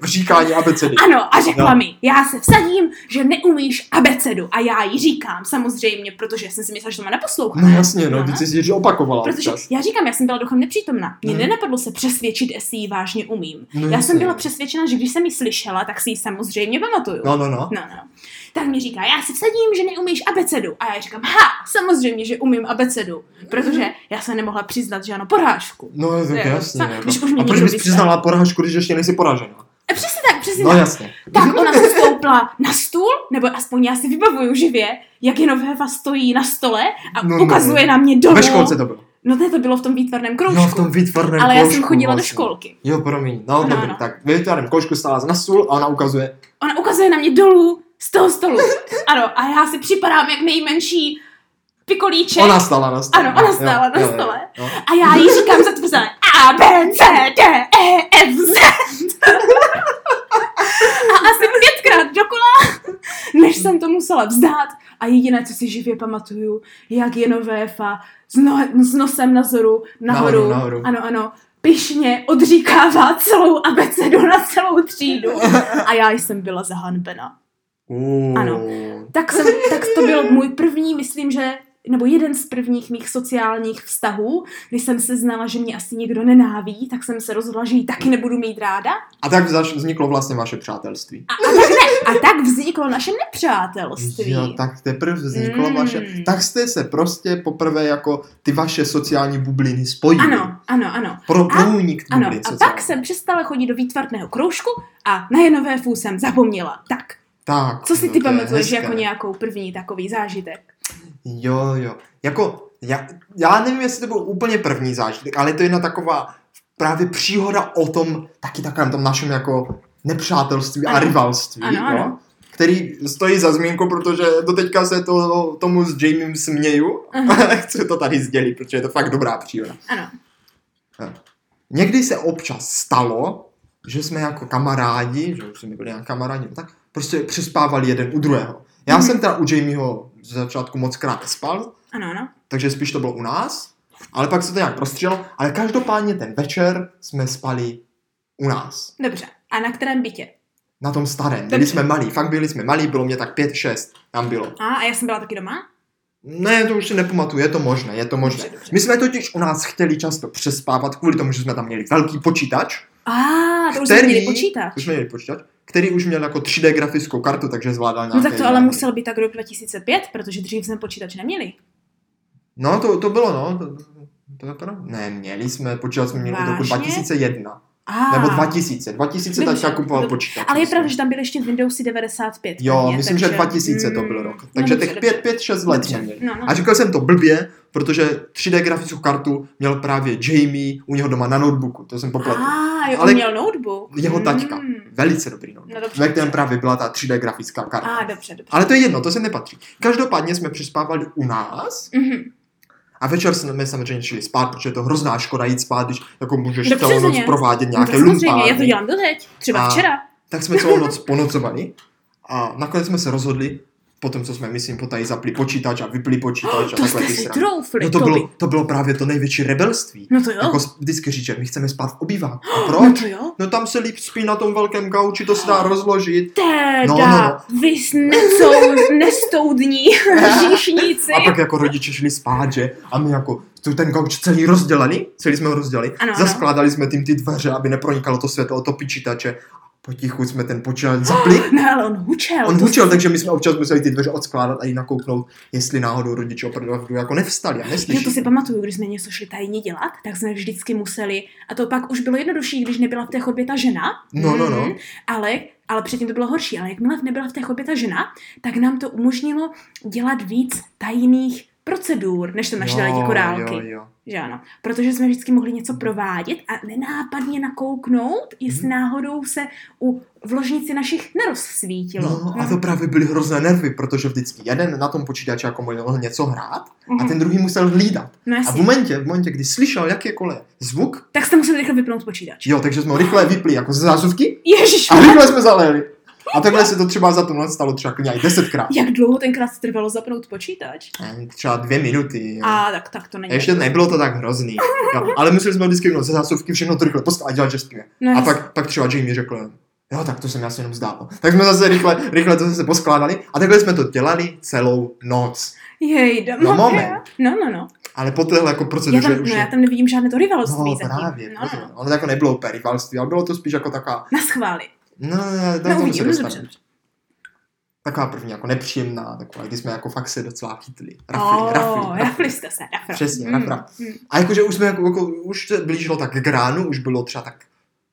[SPEAKER 1] říkání abecedy.
[SPEAKER 2] Ano, a řekla
[SPEAKER 1] No.
[SPEAKER 2] mi, já se vsadím, že neumíš abecedu. A já jí říkám, samozřejmě, protože jsem si myslela, že to má naposlouchat.
[SPEAKER 1] No jasně, no,
[SPEAKER 2] No.
[SPEAKER 1] ty jsi že opakovala
[SPEAKER 2] Protože
[SPEAKER 1] občas.
[SPEAKER 2] já říkám, já jsem byla duchem nepřítomná. Mě
[SPEAKER 1] Mhm.
[SPEAKER 2] nenapadlo se přesvědčit, jestli ji vážně umím.
[SPEAKER 1] No,
[SPEAKER 2] Já jsem
[SPEAKER 1] jasně.
[SPEAKER 2] byla přesvědčena, že když jsem ji slyšela, tak si ji samozřejmě pamatuju.
[SPEAKER 1] No, no, no.
[SPEAKER 2] No, no. Tak mi říká, já si vsadím, že neumíš abecedu. A já říkám, ha, samozřejmě, že umím abecedu.
[SPEAKER 1] Mm-hmm.
[SPEAKER 2] Protože já se nemohla přiznat, že ano, porážku.
[SPEAKER 1] No, tak
[SPEAKER 2] Jo,
[SPEAKER 1] jasně.
[SPEAKER 2] co-
[SPEAKER 1] jako.
[SPEAKER 2] když už mě
[SPEAKER 1] a proč
[SPEAKER 2] někdo
[SPEAKER 1] bys
[SPEAKER 2] vyzve.
[SPEAKER 1] přiznala porážku, když ještě nejsi poražena?
[SPEAKER 2] A přesně tak, přesně
[SPEAKER 1] No
[SPEAKER 2] tak.
[SPEAKER 1] jasně.
[SPEAKER 2] Tak ona se stoupla na stůl, nebo aspoň já si vybavuju živě, jak jenom Heva stojí na stole a
[SPEAKER 1] No, no,
[SPEAKER 2] ukazuje
[SPEAKER 1] no.
[SPEAKER 2] na mě dolů.
[SPEAKER 1] Ve školce to bylo.
[SPEAKER 2] No ne, to bylo v tom výtvarném kroužku.
[SPEAKER 1] No, v tom výtvarném
[SPEAKER 2] ale já
[SPEAKER 1] kroužku,
[SPEAKER 2] jsem chodila do
[SPEAKER 1] vlastně.
[SPEAKER 2] školky.
[SPEAKER 1] Jo, promiň. No,
[SPEAKER 2] Ano,
[SPEAKER 1] no dobrý,
[SPEAKER 2] ano.
[SPEAKER 1] tak ve výtvarném kroužku stála na stůl a ona ukazuje.
[SPEAKER 2] Ona ukazuje na mě dolů z toho stolu. Ano, a já si připadám jak nejmenší pikolíček.
[SPEAKER 1] Ona stála na stole.
[SPEAKER 2] Ano, ona
[SPEAKER 1] Jo,
[SPEAKER 2] stála na
[SPEAKER 1] jo, jo,
[SPEAKER 2] stole.
[SPEAKER 1] jo.
[SPEAKER 2] A já jí říkám zatvrzené A, B, C, D, E, F, Z. A asi pětkrát dokola, než jsem to musela vzdát. A jediné, co si živě pamatuju, jak Jenovéfa s, no, s nosem nazoru nahoru,
[SPEAKER 1] Nahoru, nahoru.
[SPEAKER 2] ano, ano, pišně odříkává celou abecedu na celou třídu. A já jsem byla zahanbena.
[SPEAKER 1] No. Uuu.
[SPEAKER 2] Ano. Tak, jsem, tak to byl můj první, myslím, že nebo jeden z prvních mých sociálních vztahů, kdy jsem se znala, že mě asi někdo nenávidí, tak jsem se rozhodla, že ji taky nebudu mít ráda.
[SPEAKER 1] A tak zaš- vzniklo vlastně vaše přátelství.
[SPEAKER 2] A, a, tak, ne, a tak vzniklo naše nepřátelství.
[SPEAKER 1] Jo, tak teprve vzniklo
[SPEAKER 2] Mm.
[SPEAKER 1] vaše. Tak jste se prostě poprvé jako ty vaše sociální bubliny spojili.
[SPEAKER 2] Ano, ano, ano.
[SPEAKER 1] Pro průnik
[SPEAKER 2] ano.
[SPEAKER 1] bublin
[SPEAKER 2] A
[SPEAKER 1] sociální.
[SPEAKER 2] pak jsem přestala chodit do výtvarného kroužku a na jenové fů jsem zapomněla. Tak,
[SPEAKER 1] Tak.
[SPEAKER 2] co si
[SPEAKER 1] no,
[SPEAKER 2] ty
[SPEAKER 1] to je
[SPEAKER 2] pamatuješ
[SPEAKER 1] hezké.
[SPEAKER 2] jako nějakou první takový zážitek?
[SPEAKER 1] Jo, jo. Jako, já, já nevím, jestli to byl úplně první zážitek, ale je to jedna taková právě příhoda o tom, taky takovém tom našem jako nepřátelství a
[SPEAKER 2] Ano.
[SPEAKER 1] rivalství,
[SPEAKER 2] Ano,
[SPEAKER 1] jo,
[SPEAKER 2] ano.
[SPEAKER 1] který stojí za zmínku, protože doteďka se to, tomu s Jamiem směju.
[SPEAKER 2] Aha.
[SPEAKER 1] Chci to tady sdělit, protože je to fakt dobrá příhoda. Hm.
[SPEAKER 2] Ano.
[SPEAKER 1] Někdy se občas stalo, že jsme jako kamarádi, že už jsme byli nějak kamarádi, no tak prostě přespávali jeden u druhého. Já
[SPEAKER 2] Mhm.
[SPEAKER 1] jsem teda u Jamieho z začátku moc krát nespal,
[SPEAKER 2] Ano, ano.
[SPEAKER 1] takže spíš to bylo u nás, ale pak se to nějak prostřelo, ale každopádně ten večer jsme spali u nás,
[SPEAKER 2] Dobře. A na kterém bytě?
[SPEAKER 1] na tom starém.
[SPEAKER 2] Dobře.
[SPEAKER 1] Byli jsme malí, fakt byli jsme malí, bylo mě tak 5-6, tam bylo.
[SPEAKER 2] A, a já jsem byla taky doma?
[SPEAKER 1] Ne, to už si nepamatuju, je to možné, je to možné.
[SPEAKER 2] Dobře, dobře.
[SPEAKER 1] My jsme totiž u nás chtěli často přespávat kvůli tomu, že jsme tam měli velký počítač,
[SPEAKER 2] A to už jsme měli počítat.
[SPEAKER 1] Už jsme měli počítač, který už měl jako 3D grafickou kartu, takže zvládal nějaké...
[SPEAKER 2] No tak to ale musel být tak rok 2005, protože dřív jsme počítač neměli.
[SPEAKER 1] No, to, to bylo, no. To, to je pravda. Ne, měli jsme, počítač jsme měli od roku
[SPEAKER 2] Vážně?
[SPEAKER 1] 2001.
[SPEAKER 2] A,
[SPEAKER 1] Nebo 2000. 2000
[SPEAKER 2] Ah. Dobře,
[SPEAKER 1] taťka kupoval
[SPEAKER 2] dobře.
[SPEAKER 1] počítač.
[SPEAKER 2] Ale je
[SPEAKER 1] myslím.
[SPEAKER 2] pravda, že tam byl ještě Windowsy 95.
[SPEAKER 1] Jo,
[SPEAKER 2] pevně,
[SPEAKER 1] myslím, že
[SPEAKER 2] takže-
[SPEAKER 1] 2000 to
[SPEAKER 2] Mm,
[SPEAKER 1] byl rok.
[SPEAKER 2] no
[SPEAKER 1] Takže
[SPEAKER 2] dobře,
[SPEAKER 1] těch
[SPEAKER 2] dobře.
[SPEAKER 1] 5-6 let
[SPEAKER 2] Dobře.
[SPEAKER 1] jsme měli.
[SPEAKER 2] No, no.
[SPEAKER 1] A říkal jsem to blbě, protože 3D grafickou kartu měl právě Jamie u něho doma na notebooku, to jsem popletl.
[SPEAKER 2] A, jo,
[SPEAKER 1] Ale-
[SPEAKER 2] on měl notebook.
[SPEAKER 1] Jeho taťka.
[SPEAKER 2] Mm.
[SPEAKER 1] Velice dobrý
[SPEAKER 2] No
[SPEAKER 1] notebook,
[SPEAKER 2] dobře,
[SPEAKER 1] ve kterém
[SPEAKER 2] dobře.
[SPEAKER 1] právě byla ta 3D grafická karta.
[SPEAKER 2] A, dobře, dobře.
[SPEAKER 1] Ale to je jedno, to se nepatří. Každopádně jsme přespávali u nás
[SPEAKER 2] Mhm.
[SPEAKER 1] a večer jsme samozřejmě šli spát, protože je to hrozná škoda jít spát, když jako můžeš
[SPEAKER 2] No
[SPEAKER 1] celou noc
[SPEAKER 2] přesně.
[SPEAKER 1] provádět
[SPEAKER 2] No,
[SPEAKER 1] nějaké
[SPEAKER 2] to samozřejmě, já to
[SPEAKER 1] lumpárny.
[SPEAKER 2] dělám doteď. Třeba
[SPEAKER 1] A-
[SPEAKER 2] včera.
[SPEAKER 1] Tak jsme celou noc ponocovali a nakonec jsme se rozhodli, potom co jsme, myslím, potají zapli počítač a vypli počítač a
[SPEAKER 2] To
[SPEAKER 1] takhle
[SPEAKER 2] jste
[SPEAKER 1] ty
[SPEAKER 2] si
[SPEAKER 1] strany.
[SPEAKER 2] troufli,
[SPEAKER 1] No to
[SPEAKER 2] by-
[SPEAKER 1] bylo, to bylo právě to největší rebelství.
[SPEAKER 2] No to jo.
[SPEAKER 1] Jako vždycky říče, my chceme spát v obýváku. A
[SPEAKER 2] No
[SPEAKER 1] proč?
[SPEAKER 2] to jo.
[SPEAKER 1] No tam se líp spí na tom velkém gauči, to se dá rozložit.
[SPEAKER 2] Teda,
[SPEAKER 1] No,
[SPEAKER 2] no,
[SPEAKER 1] no,
[SPEAKER 2] no, vy nesou, nestoudní říšníci.
[SPEAKER 1] A pak jako rodiče šli spát, že? A my jako tu ten gauč celý rozdělaný, celý jsme ho rozdělali.
[SPEAKER 2] Ano, ano.
[SPEAKER 1] Zaskládali jsme tím ty dveře, aby nepronikalo to světlo od toho počítače. Potichu jsme ten počítač zapli.
[SPEAKER 2] No ale on hučel.
[SPEAKER 1] On
[SPEAKER 2] to-
[SPEAKER 1] hučel, takže my jsme občas museli ty dveře odskládat a jí nakouknout, jestli náhodou rodiče opravdu jako nevstali a
[SPEAKER 2] Jo,
[SPEAKER 1] neslyší.
[SPEAKER 2] to si pamatuju, když jsme něco šli tajně dělat, tak jsme vždycky museli, a to pak už bylo jednodušší, když nebyla v té chodbě ta žena.
[SPEAKER 1] No, no, no.
[SPEAKER 2] Mhm. Ale, ale předtím to bylo horší, ale jakmile nebyla v té chodbě ta žena, tak nám to umožnilo dělat víc tajných procedur, než to naši dali ti korálky.
[SPEAKER 1] Jo, jo.
[SPEAKER 2] Že ano. Protože jsme vždycky mohli něco provádět a nenápadně nakouknout, jestli
[SPEAKER 1] Mhm.
[SPEAKER 2] náhodou se u vložnici našich nerozsvítilo.
[SPEAKER 1] No, a to právě byly hrozné nervy, protože vždycky jeden na tom počítači jako mohl něco hrát a
[SPEAKER 2] Mhm.
[SPEAKER 1] ten druhý musel hlídat.
[SPEAKER 2] no
[SPEAKER 1] A v
[SPEAKER 2] jasně.
[SPEAKER 1] momentě, v momentě, kdy slyšel jakýkoliv zvuk,
[SPEAKER 2] Tak jste museli rychle vypnout počítač.
[SPEAKER 1] jo, takže jsme ho rychle vypli jako ze zásuvky
[SPEAKER 2] Ježíš,
[SPEAKER 1] a rychle jsme zaleli. A takhle se to třeba za tu noc stalo třeba klidně i desetkrát.
[SPEAKER 2] jak dlouho tenkrát trvalo zapnout počítač?
[SPEAKER 1] Ne, Třeba dvě minuty. Jo.
[SPEAKER 2] A tak, tak to není.
[SPEAKER 1] A ještě nebylo to tak hrozný. Jo, ale museli jsme vždycky jenom ze zásuvky všechno to rychle postavit a dělat, že spíme.
[SPEAKER 2] No,
[SPEAKER 1] A
[SPEAKER 2] jasně.
[SPEAKER 1] pak, pak třeba Jamie řekl, jo, tak to jsem já si jenom zdálo. Tak jsme zase rychle, rychle to zase poskládali a takhle jsme to dělali celou noc.
[SPEAKER 2] Jejda,
[SPEAKER 1] No,
[SPEAKER 2] Maria.
[SPEAKER 1] moment.
[SPEAKER 2] No, no, no.
[SPEAKER 1] Ale po téhle jako
[SPEAKER 2] Já
[SPEAKER 1] proceduře
[SPEAKER 2] tam,
[SPEAKER 1] už
[SPEAKER 2] no, já
[SPEAKER 1] je...
[SPEAKER 2] tam nevidím žádné to rivalství
[SPEAKER 1] No
[SPEAKER 2] zatím.
[SPEAKER 1] právě,
[SPEAKER 2] no, no,
[SPEAKER 1] právě.
[SPEAKER 2] no.
[SPEAKER 1] Ono jako nebylo úplně rivalství, ale bylo to spíš jako taká,
[SPEAKER 2] Na schvály.
[SPEAKER 1] no, no,
[SPEAKER 2] No,
[SPEAKER 1] no, no,
[SPEAKER 2] uvidím, no,
[SPEAKER 1] se
[SPEAKER 2] dobře.
[SPEAKER 1] no, Taková první, jako nepříjemná, taková, kdy jsme jako fakt se docela chytli. Rafli,
[SPEAKER 2] Oh,
[SPEAKER 1] rafli,
[SPEAKER 2] rafli jste se, rafra.
[SPEAKER 1] Přesně,
[SPEAKER 2] Mm,
[SPEAKER 1] rafra.
[SPEAKER 2] mm.
[SPEAKER 1] A jakože už jsme jako, jako, už se blížilo tak k ránu, už bylo třeba tak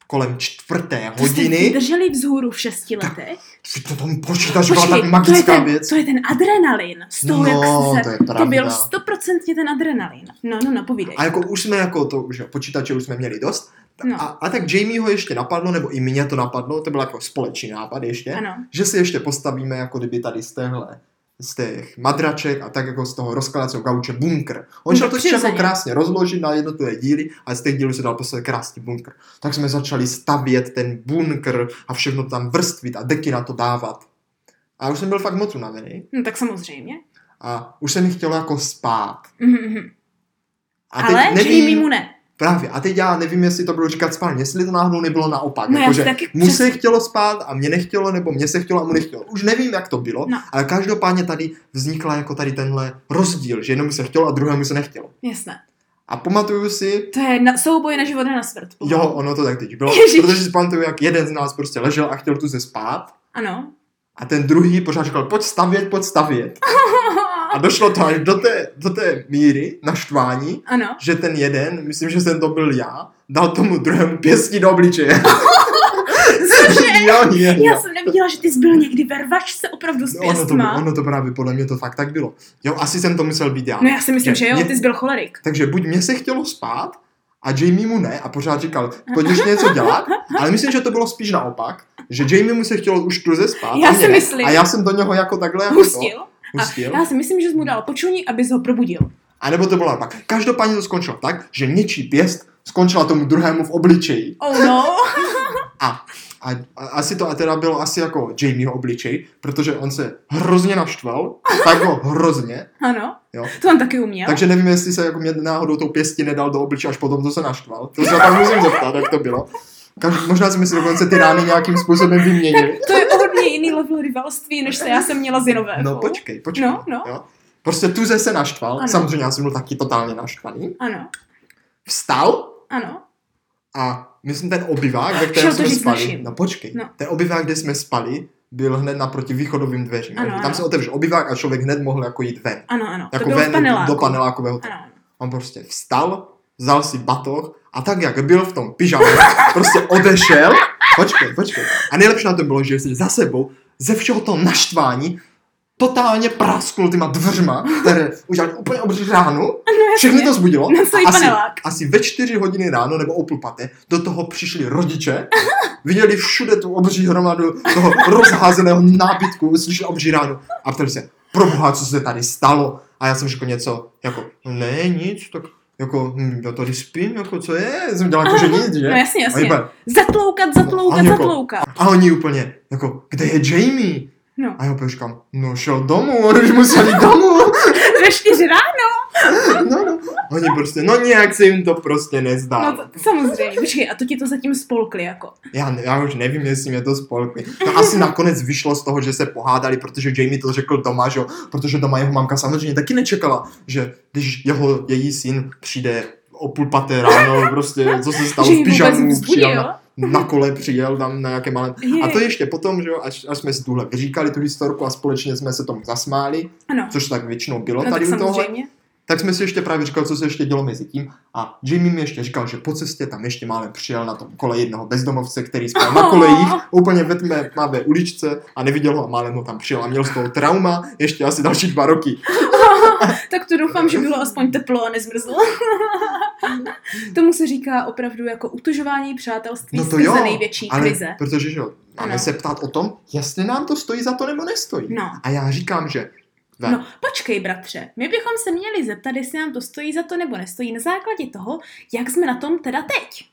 [SPEAKER 1] kolem čtvrté
[SPEAKER 2] To jste
[SPEAKER 1] hodiny.
[SPEAKER 2] Drželi vzhůru v šesti letech.
[SPEAKER 1] Ty To tam počítač byla
[SPEAKER 2] Počkej,
[SPEAKER 1] tak
[SPEAKER 2] to je,
[SPEAKER 1] magická
[SPEAKER 2] ten,
[SPEAKER 1] věc.
[SPEAKER 2] to je ten adrenalin. Z toho,
[SPEAKER 1] No,
[SPEAKER 2] jak
[SPEAKER 1] to je
[SPEAKER 2] se, to,
[SPEAKER 1] pravda.
[SPEAKER 2] to byl stoprocentně ten adrenalin. No, no, no, povídej.
[SPEAKER 1] A jako už jsme jako to, že jo, počítače už jsme měli dost.
[SPEAKER 2] No.
[SPEAKER 1] A, a tak Jamie ho ještě napadlo, nebo i mě to napadlo, to byl jako společný nápad ještě,
[SPEAKER 2] Ano.
[SPEAKER 1] že si ještě postavíme jako kdyby tady z téhle z těch madraček a tak jako z toho rozkladacího gauče bunkr. On
[SPEAKER 2] No,
[SPEAKER 1] šel totiž jako
[SPEAKER 2] přirozeně.
[SPEAKER 1] krásně rozložit na jednotlivé díly a z těch dílů se dal postavit krásný bunkr. Tak jsme začali stavět ten bunkr a všechno tam vrstvit a deky na to dávat. A už jsem byl fakt moc unavený
[SPEAKER 2] No, tak samozřejmě.
[SPEAKER 1] a už se mi chtělo jako spát.
[SPEAKER 2] Mhm, mhm.
[SPEAKER 1] A teď
[SPEAKER 2] Ale nevím, mu ne.
[SPEAKER 1] Právě, a teď já nevím, jestli to bylo říkat spát, jestli to náhodou nebylo naopak.
[SPEAKER 2] No, já
[SPEAKER 1] jakože
[SPEAKER 2] si taky
[SPEAKER 1] mu se
[SPEAKER 2] přesně-
[SPEAKER 1] chtělo spát a mě nechtělo, nebo mě se chtělo a mu nechtělo. Už nevím, jak to bylo,
[SPEAKER 2] No.
[SPEAKER 1] ale každopádně tady vznikla jako tady tenhle rozdíl, že jednomu se chtělo a druhému se nechtělo.
[SPEAKER 2] Jasné.
[SPEAKER 1] A pamatuju si,
[SPEAKER 2] To je na, souboj na život a na smrt.
[SPEAKER 1] jo, ono to tak teď bylo,
[SPEAKER 2] Ježiš.
[SPEAKER 1] protože si pamatuju, jak jeden z nás prostě ležel a chtěl tu se spát
[SPEAKER 2] Ano.
[SPEAKER 1] a ten druhý pořád říkal, pojď stavět, pojď stavět. A došlo to až do té, do té míry naštvání,
[SPEAKER 2] Ano.
[SPEAKER 1] že ten jeden, myslím, že jsem to byl já, dal tomu druhému pěstí do obličeje. jo, jo,
[SPEAKER 2] Já
[SPEAKER 1] jo.
[SPEAKER 2] jsem neviděla, že ty jsi byl někdy vervač se opravdu s
[SPEAKER 1] No, ono, to, bylo-
[SPEAKER 2] pěstma.
[SPEAKER 1] ono to právě podle mě to fakt tak bylo. Jo, asi jsem to musel být já.
[SPEAKER 2] No já si myslím, že jo,
[SPEAKER 1] Mě-
[SPEAKER 2] ty jsi byl cholerik.
[SPEAKER 1] Takže buď mě se chtělo spát, a Jamie mu ne a pořád říkal, pojď ještě něco dělat, ale myslím, že to bylo spíš naopak, že Jamie mu se chtělo už tu spát.
[SPEAKER 2] Já
[SPEAKER 1] a mě
[SPEAKER 2] si
[SPEAKER 1] ne.
[SPEAKER 2] myslím.
[SPEAKER 1] A já jsem do něho jako takhle jako
[SPEAKER 2] Pustil.
[SPEAKER 1] To, pustil.
[SPEAKER 2] Já si myslím, že jsi mu dal počuní, abys ho probudil.
[SPEAKER 1] A nebo to bylo naopak. Každopádně to skončilo tak, že něčí pěst skončila tomu druhému v obličeji.
[SPEAKER 2] Oh no.
[SPEAKER 1] A, a, a asi to a teda bylo asi jako Jamieho obličej, protože on se hrozně naštval, tak ho hrozně,
[SPEAKER 2] Ano.
[SPEAKER 1] jo.
[SPEAKER 2] To on taky uměl.
[SPEAKER 1] Takže nevím, jestli se jako mě náhodou tou pěstí nedal do obličeje až potom, co se naštval. To se tam musím zeptat, jak to bylo. Každý, možná jsme si dokonce ty rány nějakým způsobem vyměnili.
[SPEAKER 2] To je o hodně jiný level rivalství, než se já jsem měla s Jenovem.
[SPEAKER 1] No počkej, počkej.
[SPEAKER 2] No, no.
[SPEAKER 1] Jo. Prostě tuze se naštval,
[SPEAKER 2] Ano.
[SPEAKER 1] samozřejmě já jsem byl taky totálně naštvaný.
[SPEAKER 2] Ano,
[SPEAKER 1] Vstal
[SPEAKER 2] ano.
[SPEAKER 1] a myslím ten obyvák, ve
[SPEAKER 2] Šel
[SPEAKER 1] kterém
[SPEAKER 2] to
[SPEAKER 1] jsme
[SPEAKER 2] říct
[SPEAKER 1] spali,
[SPEAKER 2] našim.
[SPEAKER 1] no počkej,
[SPEAKER 2] No.
[SPEAKER 1] ten obyvák, kde jsme spali, byl hned naproti východovým dveřím.
[SPEAKER 2] Ano,
[SPEAKER 1] takže tam
[SPEAKER 2] ano.
[SPEAKER 1] se otevřel obyvák a člověk hned mohl jako jít ven.
[SPEAKER 2] Ano, ano.
[SPEAKER 1] Jako
[SPEAKER 2] to bylo
[SPEAKER 1] ven
[SPEAKER 2] v paneláku.
[SPEAKER 1] do panelákového
[SPEAKER 2] Ano, ano.
[SPEAKER 1] On prostě vstal, vzal si batoh a tak, jak byl v tom pyžamu, prostě odešel. Počkej, počkej. A nejlepší na tom bylo, že si za sebou, ze všeho toho naštvání, totálně prasknul těma dveřma, které udělali úplně obří ránu. Všechny to zbudilo.
[SPEAKER 2] Na No, celý
[SPEAKER 1] A asi,
[SPEAKER 2] panelák.
[SPEAKER 1] asi ve čtyři hodiny ráno nebo o půl paté do toho přišli rodiče, viděli všude tu obří hromadu toho rozházeného nábytku, slyšeli obří ráno a ptali se, proboha, co se tady stalo? A já jsem řekl něco jako, ne, nic, tak jako, hm, já tady spím, jako co je? Jsem dělal jako, že nic, že?
[SPEAKER 2] No jasně,
[SPEAKER 1] A,
[SPEAKER 2] jasně.
[SPEAKER 1] oni úplně,
[SPEAKER 2] Zatloukat,
[SPEAKER 1] A
[SPEAKER 2] zatloukat,
[SPEAKER 1] jako-
[SPEAKER 2] zatloukat.
[SPEAKER 1] a oni úplně, jako, kde je Jamie?
[SPEAKER 2] No,
[SPEAKER 1] A já úplně říkám, no šel domů, on už musel jít domů.
[SPEAKER 2] ve čtyři ráno?
[SPEAKER 1] No, no. Oni prostě, no nějak se jim to prostě nezdá.
[SPEAKER 2] No, to, samozřejmě. Počkej, a to ti to zatím spolkli, jako.
[SPEAKER 1] Já, ne- já už nevím, jestli mě to spolkli. To asi nakonec vyšlo z toho, že se pohádali, protože Jamie to řekl doma, že jo? Protože doma jeho mamka samozřejmě taky nečekala, že když jeho, její syn přijde o půl paté ráno, prostě, co se stalo
[SPEAKER 2] že
[SPEAKER 1] v
[SPEAKER 2] ji vůbec
[SPEAKER 1] pyžamu, přijel
[SPEAKER 2] vzbudil.
[SPEAKER 1] na, na, kole, přijel tam na nějaké malé... A to
[SPEAKER 2] Je-
[SPEAKER 1] ještě potom, že jo, až, až jsme si tuhle vyříkali, tu historku a společně jsme se tomu zasmáli,
[SPEAKER 2] Ano,
[SPEAKER 1] což tak většinou bylo
[SPEAKER 2] no tak
[SPEAKER 1] tady u toho
[SPEAKER 2] samozřejmě.
[SPEAKER 1] tak jsme si ještě právě říkal, co se ještě dělo mezi tím. A Jimmy mi ještě říkal, že po cestě tam ještě málem přijel na tom kole jednoho bezdomovce, který spal na
[SPEAKER 2] Oh.
[SPEAKER 1] kolejích, úplně ve tmé tmavé uličce a neviděl ho a málem ho tam přijel a měl z toho trauma ještě asi další dva roky.
[SPEAKER 2] Tak to doufám, že bylo aspoň teplo a nezmrzlo. Tomu se říká opravdu jako utužování přátelství
[SPEAKER 1] No to
[SPEAKER 2] skrze
[SPEAKER 1] jo,
[SPEAKER 2] největší
[SPEAKER 1] Ale
[SPEAKER 2] krize.
[SPEAKER 1] protože že jo, máme
[SPEAKER 2] Ano.
[SPEAKER 1] se ptát o tom, jestli nám to stojí za to nebo nestojí.
[SPEAKER 2] No.
[SPEAKER 1] A já říkám, že ve,
[SPEAKER 2] No, počkej, bratře, my bychom se měli zeptat, jestli nám to stojí za to nebo nestojí, na základě toho, jak jsme na tom teda teď.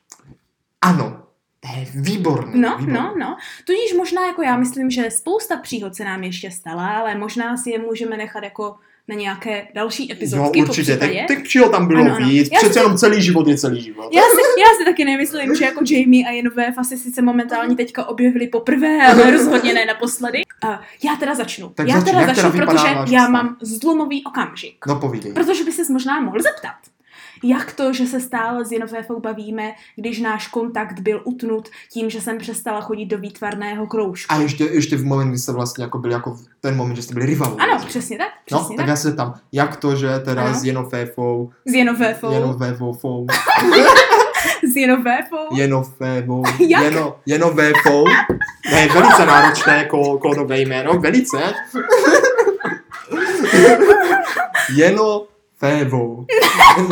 [SPEAKER 1] ano, to je výborné.
[SPEAKER 2] No,
[SPEAKER 1] výborné.
[SPEAKER 2] no, no. Tudíž možná, jako já myslím, že spousta příhod se nám ještě stala, ale možná si je můžeme nechat jako na nějaké další epizodky.
[SPEAKER 1] jo, určitě, tak,
[SPEAKER 2] popřípadě.
[SPEAKER 1] tak přího tam bylo
[SPEAKER 2] Ano, ano.
[SPEAKER 1] víc,
[SPEAKER 2] Já
[SPEAKER 1] přece
[SPEAKER 2] si-
[SPEAKER 1] jenom celý život je celý život.
[SPEAKER 2] Já si, já si taky nemyslím, že jako Jamie a Jenové asi sice momentálně teďka objevili poprvé, ale rozhodně ne naposledy. A já teda začnu.
[SPEAKER 1] Tak
[SPEAKER 2] já
[SPEAKER 1] začni,
[SPEAKER 2] teda
[SPEAKER 1] jak teda
[SPEAKER 2] začnu,
[SPEAKER 1] vypadá
[SPEAKER 2] protože
[SPEAKER 1] váš
[SPEAKER 2] já
[SPEAKER 1] vztah?
[SPEAKER 2] mám zlomový okamžik.
[SPEAKER 1] No povídej.
[SPEAKER 2] Protože by se možná mohl zeptat. Jak to, že se stále s Jenoféfou bavíme, když náš kontakt byl utnut tím, že jsem přestala chodit do výtvarného kroužku?
[SPEAKER 1] A ještě, ještě v moment, kdy jste vlastně jako byli jako v ten moment, že jste byli rivalové.
[SPEAKER 2] Ano, přesně tak,
[SPEAKER 1] No,
[SPEAKER 2] přesně
[SPEAKER 1] tak
[SPEAKER 2] tak.
[SPEAKER 1] já se tam, jak to, že teda
[SPEAKER 2] Ano.
[SPEAKER 1] s Jenoféfou,
[SPEAKER 2] S Jenoféfou,
[SPEAKER 1] Jenoféfou,
[SPEAKER 2] s Jenoféfou.
[SPEAKER 1] Jenoféfou,
[SPEAKER 2] Jak?
[SPEAKER 1] Jeno, Jenoféfou, ne, velice náročné kó- kódové jméno, velice. Jenofévou,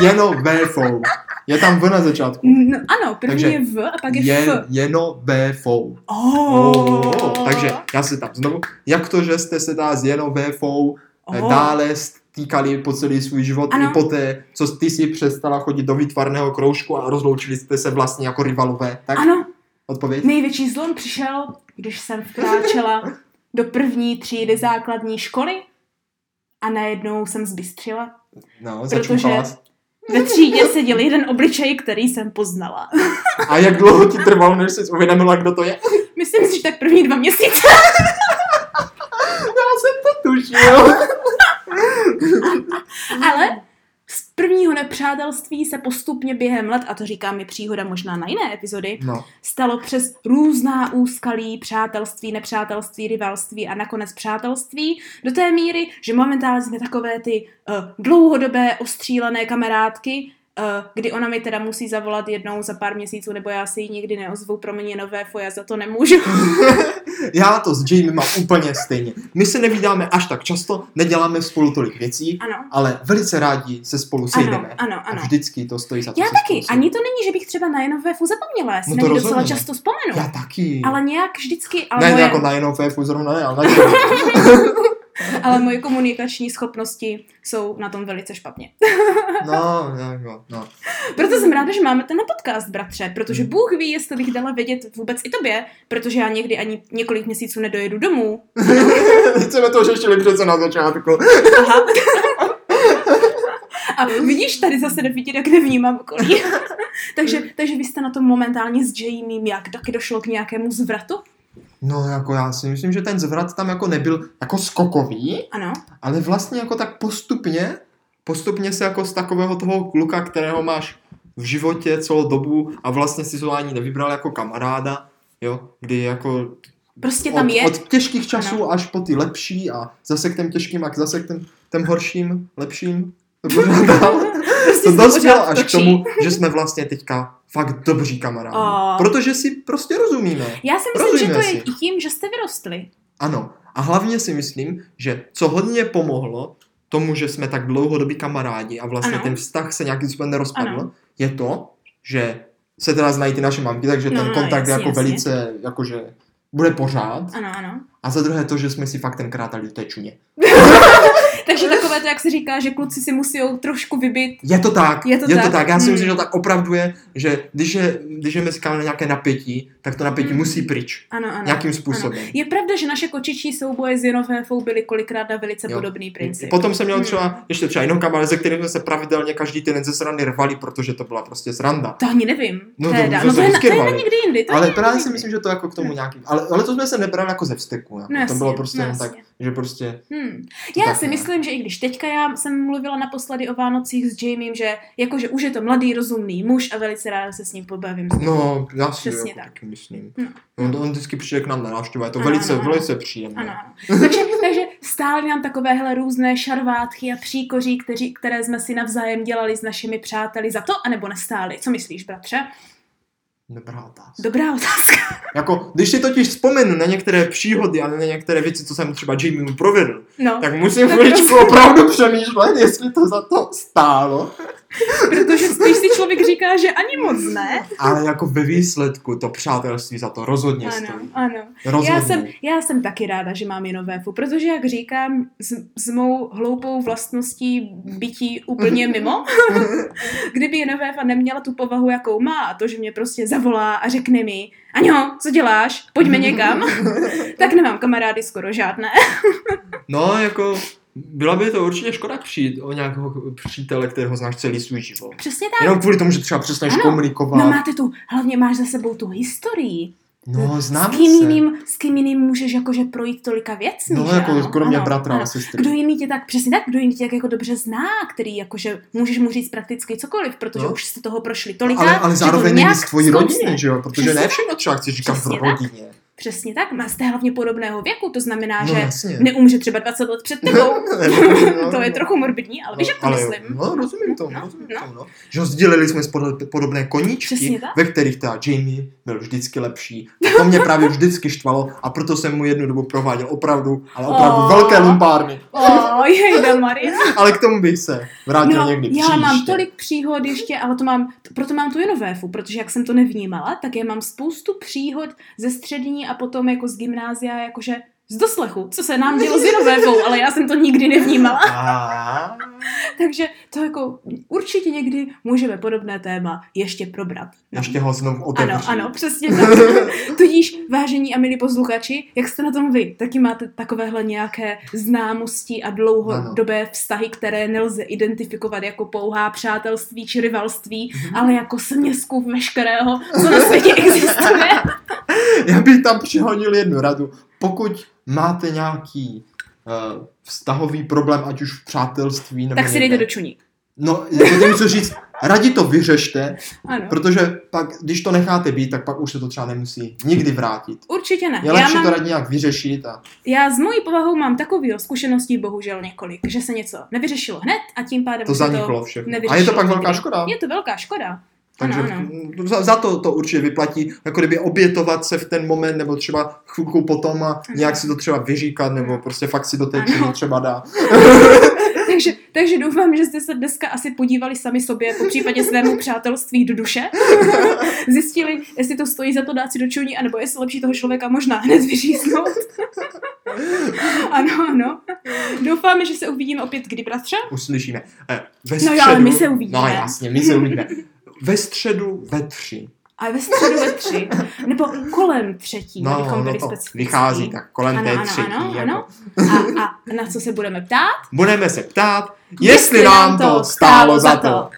[SPEAKER 1] Jenoféfou, je tam V na začátku.
[SPEAKER 2] No, ano, první
[SPEAKER 1] Takže
[SPEAKER 2] je V a pak je,
[SPEAKER 1] Je,
[SPEAKER 2] F.
[SPEAKER 1] Jenoféfou.
[SPEAKER 2] Oh.
[SPEAKER 1] Takže já se tam znovu, jak to, že jste se dá s Jenoféfou oh. dále stýkali po celý svůj život ano.
[SPEAKER 2] Ano.
[SPEAKER 1] i poté, co ty si přestala chodit do výtvarného kroužku a rozloučili jste se vlastně jako rivalové, tak ano.
[SPEAKER 2] Ano,
[SPEAKER 1] odpověď?
[SPEAKER 2] největší zlom přišel, když jsem vkráčela do první třídy základní školy a najednou jsem zbystřila.
[SPEAKER 1] No,
[SPEAKER 2] Protože-
[SPEAKER 1] začukala.
[SPEAKER 2] Ve třídě seděl jeden obličej, který jsem poznala.
[SPEAKER 1] A jak dlouho ti trvalo, než jsi uvědomila, kdo to je?
[SPEAKER 2] Myslím si, že tak první dva měsíce.
[SPEAKER 1] Já jsem to tušil.
[SPEAKER 2] Ale z prvního nepřátelství se postupně během let, a to říká mi příhoda možná na jiné epizody,
[SPEAKER 1] No,
[SPEAKER 2] stalo přes různá úskalí, přátelství, nepřátelství, rivalství a nakonec přátelství, do té míry, že momentálně jsme takové ty uh, dlouhodobé ostřílené kamarádky, uh, kdy ona mi teda musí zavolat jednou za pár měsíců, nebo já si ji nikdy neozvu, pro mě nové foja, za to nemůžu.
[SPEAKER 1] já to s Jamie mám úplně stejně. My se nevídáme až tak často, neděláme spolu tolik věcí,
[SPEAKER 2] Ano,
[SPEAKER 1] ale velice rádi se spolu
[SPEAKER 2] ano,
[SPEAKER 1] sejdeme.
[SPEAKER 2] ano,
[SPEAKER 1] A
[SPEAKER 2] ano.
[SPEAKER 1] vždycky to stojí za to.
[SPEAKER 2] Já
[SPEAKER 1] se
[SPEAKER 2] taky.
[SPEAKER 1] spolu sejít.
[SPEAKER 2] Ani to není, že bych třeba na Jenovéfu zapomněla, já si
[SPEAKER 1] No
[SPEAKER 2] no
[SPEAKER 1] to
[SPEAKER 2] na ní docela
[SPEAKER 1] rozhodně.
[SPEAKER 2] často vzpomenu.
[SPEAKER 1] Já taky.
[SPEAKER 2] Ale nějak vždycky, ale,
[SPEAKER 1] ne,
[SPEAKER 2] moje,
[SPEAKER 1] jako na jenom féfu zrovna ne, ale na Jamie.
[SPEAKER 2] ale moje komunikační schopnosti jsou na tom velice špatně.
[SPEAKER 1] No, jako, no.
[SPEAKER 2] Proto jsem ráda, že máme ten podcast, bratře, protože
[SPEAKER 1] Hmm.
[SPEAKER 2] Bůh ví, jestli bych dala vědět vůbec i tobě, protože já někdy ani několik měsíců nedojedu domů.
[SPEAKER 1] Chceme to řešili přece na začátku.
[SPEAKER 2] Aha. A vidíš, tady zase nevidět, jak nevnímám okolí. takže, takže vy jste na tom momentálně s Jamiem, jak taky došlo k nějakému zvratu?
[SPEAKER 1] No jako já si myslím, že ten zvrat tam jako nebyl jako skokový,
[SPEAKER 2] Ano.
[SPEAKER 1] ale vlastně jako tak postupně, postupně se jako z takového toho kluka, kterého máš v životě celou dobu a vlastně si to ani nevybral jako kamaráda, jo, kdy jako
[SPEAKER 2] Prostě tam
[SPEAKER 1] od,
[SPEAKER 2] je.
[SPEAKER 1] od těžkých časů ano. až po ty lepší a zase k těm těžkým a k zase k těm, těm horším, lepším. Pořád dál.
[SPEAKER 2] Prostě
[SPEAKER 1] to
[SPEAKER 2] se
[SPEAKER 1] dospělo
[SPEAKER 2] pořád
[SPEAKER 1] až k
[SPEAKER 2] točí.
[SPEAKER 1] tomu, že jsme vlastně teďka fakt dobří kamarádi.
[SPEAKER 2] A.
[SPEAKER 1] Protože si prostě rozumíme.
[SPEAKER 2] Já si myslím, že to
[SPEAKER 1] Rozumíme
[SPEAKER 2] je
[SPEAKER 1] si.
[SPEAKER 2] i tím, že jste vyrostli.
[SPEAKER 1] Ano. A hlavně si myslím, že co hodně pomohlo tomu, že jsme tak dlouhodobí kamarádi a vlastně
[SPEAKER 2] Ano.
[SPEAKER 1] ten vztah se nějakým způsobem nerozpadl,
[SPEAKER 2] Ano.
[SPEAKER 1] je to, že se teda znají ty naše mamky, takže
[SPEAKER 2] No,
[SPEAKER 1] ten
[SPEAKER 2] no,
[SPEAKER 1] kontakt
[SPEAKER 2] jasně,
[SPEAKER 1] je jako
[SPEAKER 2] jasně.
[SPEAKER 1] velice, jakože bude pořád.
[SPEAKER 2] Ano, ano.
[SPEAKER 1] A za druhé to, že jsme si fakt tenkrát dali tečuně.
[SPEAKER 2] Takže takové to, jak se říká, že kluci si musí trošku vybít.
[SPEAKER 1] Je to tak,
[SPEAKER 2] Je to
[SPEAKER 1] je to
[SPEAKER 2] tak,
[SPEAKER 1] tak. Já si
[SPEAKER 2] mm.
[SPEAKER 1] myslím, že to tak opravdu je, že když je, když je mezi kámi nějaké napětí, tak to napětí
[SPEAKER 2] Mm.
[SPEAKER 1] musí pryč.
[SPEAKER 2] Ano, ano.
[SPEAKER 1] Nějakým způsobem.
[SPEAKER 2] Je pravda, že naše kočičí souboje s Jenoféfou byly kolikrát na velice
[SPEAKER 1] Jo.
[SPEAKER 2] podobný princip.
[SPEAKER 1] Potom jsem měl
[SPEAKER 2] Mm.
[SPEAKER 1] třeba ještě třeba jinou kamarád, se kterým jsme se pravidelně každý týden ze srany rvali, protože to byla prostě sranda.
[SPEAKER 2] To ani nevím.
[SPEAKER 1] No, to-
[SPEAKER 2] teda.
[SPEAKER 1] to
[SPEAKER 2] no to,
[SPEAKER 1] se
[SPEAKER 2] je, na- to
[SPEAKER 1] vždycky
[SPEAKER 2] je na
[SPEAKER 1] rvali.
[SPEAKER 2] někdy jindy. To
[SPEAKER 1] Ale
[SPEAKER 2] je
[SPEAKER 1] právě
[SPEAKER 2] někdy
[SPEAKER 1] si
[SPEAKER 2] jindy.
[SPEAKER 1] myslím, že to jako k tomu nějaký. Ale, ale to jsme se nebrali jako ze vsteku. Jako.
[SPEAKER 2] No
[SPEAKER 1] to bylo
[SPEAKER 2] jasně,
[SPEAKER 1] prostě
[SPEAKER 2] no
[SPEAKER 1] jen tak,
[SPEAKER 2] jasně.
[SPEAKER 1] že prostě.
[SPEAKER 2] Hmm.
[SPEAKER 1] To
[SPEAKER 2] Já
[SPEAKER 1] tak no.
[SPEAKER 2] si
[SPEAKER 1] ne.
[SPEAKER 2] myslím, že i když teďka já jsem mluvila naposledy o Vánocích s Jamiem, že jakože už je to mladý, rozumný muž a velice ráda se s ním pobavím.
[SPEAKER 1] No, já si
[SPEAKER 2] Přesně
[SPEAKER 1] jako
[SPEAKER 2] tak.
[SPEAKER 1] taky myslím.
[SPEAKER 2] No.
[SPEAKER 1] On, on vždycky přijde k nám na návštěvu, a je to
[SPEAKER 2] Ano,
[SPEAKER 1] velice,
[SPEAKER 2] ano, ano.
[SPEAKER 1] velice příjemné.
[SPEAKER 2] Ano, ano. Takže, takže stály nám takovéhle různé šarvátky a příkoří, kteří, které jsme si navzájem dělali s našimi přáteli za to, anebo nestály. Co myslíš, bratře?
[SPEAKER 1] Dobrá otázka.
[SPEAKER 2] Dobrá otázka.
[SPEAKER 1] Jako, když si totiž vzpomenu na některé příhody a na některé věci, co jsem třeba Jimimu provedl,
[SPEAKER 2] No,
[SPEAKER 1] tak musím
[SPEAKER 2] Tak
[SPEAKER 1] chviličku
[SPEAKER 2] prosím.
[SPEAKER 1] opravdu přemýšlet, jestli to za to stálo.
[SPEAKER 2] protože spíš si člověk říká, že ani moc ne.
[SPEAKER 1] Ale jako ve výsledku to přátelství za to rozhodně
[SPEAKER 2] Ano,
[SPEAKER 1] stojí.
[SPEAKER 2] ano.
[SPEAKER 1] Rozhodně.
[SPEAKER 2] Já jsem, já jsem taky ráda, že mám jinovéfu, protože, jak říkám, s, s mou hloupou vlastností bytí úplně mimo, kdyby jinovéfa neměla tu povahu, jakou má, a to, že mě prostě zavolá a řekne mi, Aňo, co děláš? Pojďme někam. tak nemám kamarády skoro žádné.
[SPEAKER 1] No, jako, byla by to určitě škoda přijít o nějakého přítele, kterého znáš celý svůj život.
[SPEAKER 2] Přesně tak.
[SPEAKER 1] Jenom kvůli tomu, že třeba přestaneš
[SPEAKER 2] Ano.
[SPEAKER 1] komunikovat.
[SPEAKER 2] No máte tu, hlavně máš za sebou tu historii.
[SPEAKER 1] no
[SPEAKER 2] S
[SPEAKER 1] známe
[SPEAKER 2] kým,
[SPEAKER 1] se.
[SPEAKER 2] jiným, s kým jiným můžeš jakože projít tolika věcmi,
[SPEAKER 1] no,
[SPEAKER 2] že
[SPEAKER 1] jako
[SPEAKER 2] ano,
[SPEAKER 1] kromě
[SPEAKER 2] ano,
[SPEAKER 1] bratra
[SPEAKER 2] ano.
[SPEAKER 1] a sestry.
[SPEAKER 2] Kdo jiný tě tak, přesně tak, kdo jiný tě tak jako dobře zná, který jakože můžeš mu říct prakticky cokoliv, protože
[SPEAKER 1] No.
[SPEAKER 2] no. už jste toho prošli tolikrát,
[SPEAKER 1] ale, ale
[SPEAKER 2] že to
[SPEAKER 1] zároveň není
[SPEAKER 2] nějak
[SPEAKER 1] z tvojí
[SPEAKER 2] zkousne.
[SPEAKER 1] rodiny, že jo? Protože
[SPEAKER 2] Přesně
[SPEAKER 1] ne
[SPEAKER 2] tak.
[SPEAKER 1] všechno třeba chceš říkat v
[SPEAKER 2] Přesně tak.
[SPEAKER 1] rodině.
[SPEAKER 2] Přesně tak, má jste hlavně podobného věku, to znamená,
[SPEAKER 1] No,
[SPEAKER 2] že
[SPEAKER 1] jasně.
[SPEAKER 2] neumře třeba 20 let před tebou.
[SPEAKER 1] No,
[SPEAKER 2] to je
[SPEAKER 1] no.
[SPEAKER 2] trochu morbidní, ale víš, jak to
[SPEAKER 1] ale jo,
[SPEAKER 2] myslím.
[SPEAKER 1] No, rozumím tomu,
[SPEAKER 2] No,
[SPEAKER 1] rozumím
[SPEAKER 2] no.
[SPEAKER 1] tomu, no. Že sdělili jsme spod, podobné koníčky,
[SPEAKER 2] Přesně tak.
[SPEAKER 1] ve kterých ta Jamie byl vždycky lepší. A to mě právě vždycky štvalo a proto jsem mu jednu dobu prováděl opravdu, ale opravdu
[SPEAKER 2] Oh.
[SPEAKER 1] velké lumpárny.
[SPEAKER 2] O, jejda Maria.
[SPEAKER 1] Ale k tomu bych se vrátil
[SPEAKER 2] No,
[SPEAKER 1] někdy
[SPEAKER 2] já
[SPEAKER 1] příště.
[SPEAKER 2] mám tolik příhod ještě, ale to mám, proto mám tu jinovéfu, protože jak jsem to nevnímala, tak já mám spoustu příhod ze střední a potom jako z gymnázia, jakože z doslechu, co se nám dělo s jinovéfou, ale já jsem to nikdy nevnímala,
[SPEAKER 1] A,
[SPEAKER 2] takže to jako určitě někdy můžeme podobné téma ještě probrat. No.
[SPEAKER 1] ještě ho znovu otevřít.
[SPEAKER 2] Ano, ano, přesně tak. Tudíž, vážení a milí posluchači, jak jste na tom vy? Taky máte takovéhle nějaké známosti a dlouhodobé vztahy, které nelze identifikovat jako pouhá přátelství či rivalství,
[SPEAKER 1] Mhm.
[SPEAKER 2] ale jako směsku veškerého, co na světě existuje.
[SPEAKER 1] Já bych tam přihonil jednu radu. Pokud máte nějaký eh, vztahový problém, ať už v přátelství nebo
[SPEAKER 2] tak si
[SPEAKER 1] někde.
[SPEAKER 2] dejte do čuní.
[SPEAKER 1] No, jako tím, co říct, radši to vyřešte,
[SPEAKER 2] Ano.
[SPEAKER 1] Protože pak, když to necháte být, tak pak už se to třeba nemusí nikdy vrátit.
[SPEAKER 2] Určitě ne.
[SPEAKER 1] Je
[SPEAKER 2] Mhm. Já,
[SPEAKER 1] lepší to
[SPEAKER 2] mám,
[SPEAKER 1] radně nějak vyřešit a
[SPEAKER 2] já s mojí povahou mám takový zkušeností bohužel několik, že se něco nevyřešilo hned a tím pádem
[SPEAKER 1] to
[SPEAKER 2] se
[SPEAKER 1] zaniklo všechno. A je to
[SPEAKER 2] nevyřešilo
[SPEAKER 1] pak velká
[SPEAKER 2] nikdy.
[SPEAKER 1] škoda.
[SPEAKER 2] Je to velká škoda.
[SPEAKER 1] Takže
[SPEAKER 2] ano, ano.
[SPEAKER 1] za, za to to určitě vyplatí, jako kdyby obětovat se v ten moment, nebo třeba chvilku potom a nějak si to třeba vyříkat, nebo prostě fakt si do té
[SPEAKER 2] Ano.
[SPEAKER 1] činy třeba dá.
[SPEAKER 2] takže, takže doufám, že jste se dneska asi podívali sami sobě, po případě svému přátelství do duše. Zjistili, jestli to stojí za to dát si do čuní, anebo jestli lepší toho člověka možná hned vyříznout. ano, ano. Doufáme, že se uvidíme opět kdy, bratře.
[SPEAKER 1] Uslyšíme. Eh, Ve
[SPEAKER 2] No
[SPEAKER 1] středu,
[SPEAKER 2] jo, ale my se uvidíme.
[SPEAKER 1] No jasně, my se uvidíme. Ve středu ve tři.
[SPEAKER 2] A ve středu ve tři. Nebo kolem třetí,
[SPEAKER 1] No,
[SPEAKER 2] abychom
[SPEAKER 1] no
[SPEAKER 2] byli
[SPEAKER 1] to
[SPEAKER 2] specifický.
[SPEAKER 1] vychází tak kolem
[SPEAKER 2] Ano,
[SPEAKER 1] té
[SPEAKER 2] ano,
[SPEAKER 1] třetí.
[SPEAKER 2] ano,
[SPEAKER 1] jako.
[SPEAKER 2] ano. A, a na co se budeme ptát?
[SPEAKER 1] Budeme se ptát, jestli, nám to stálo za to.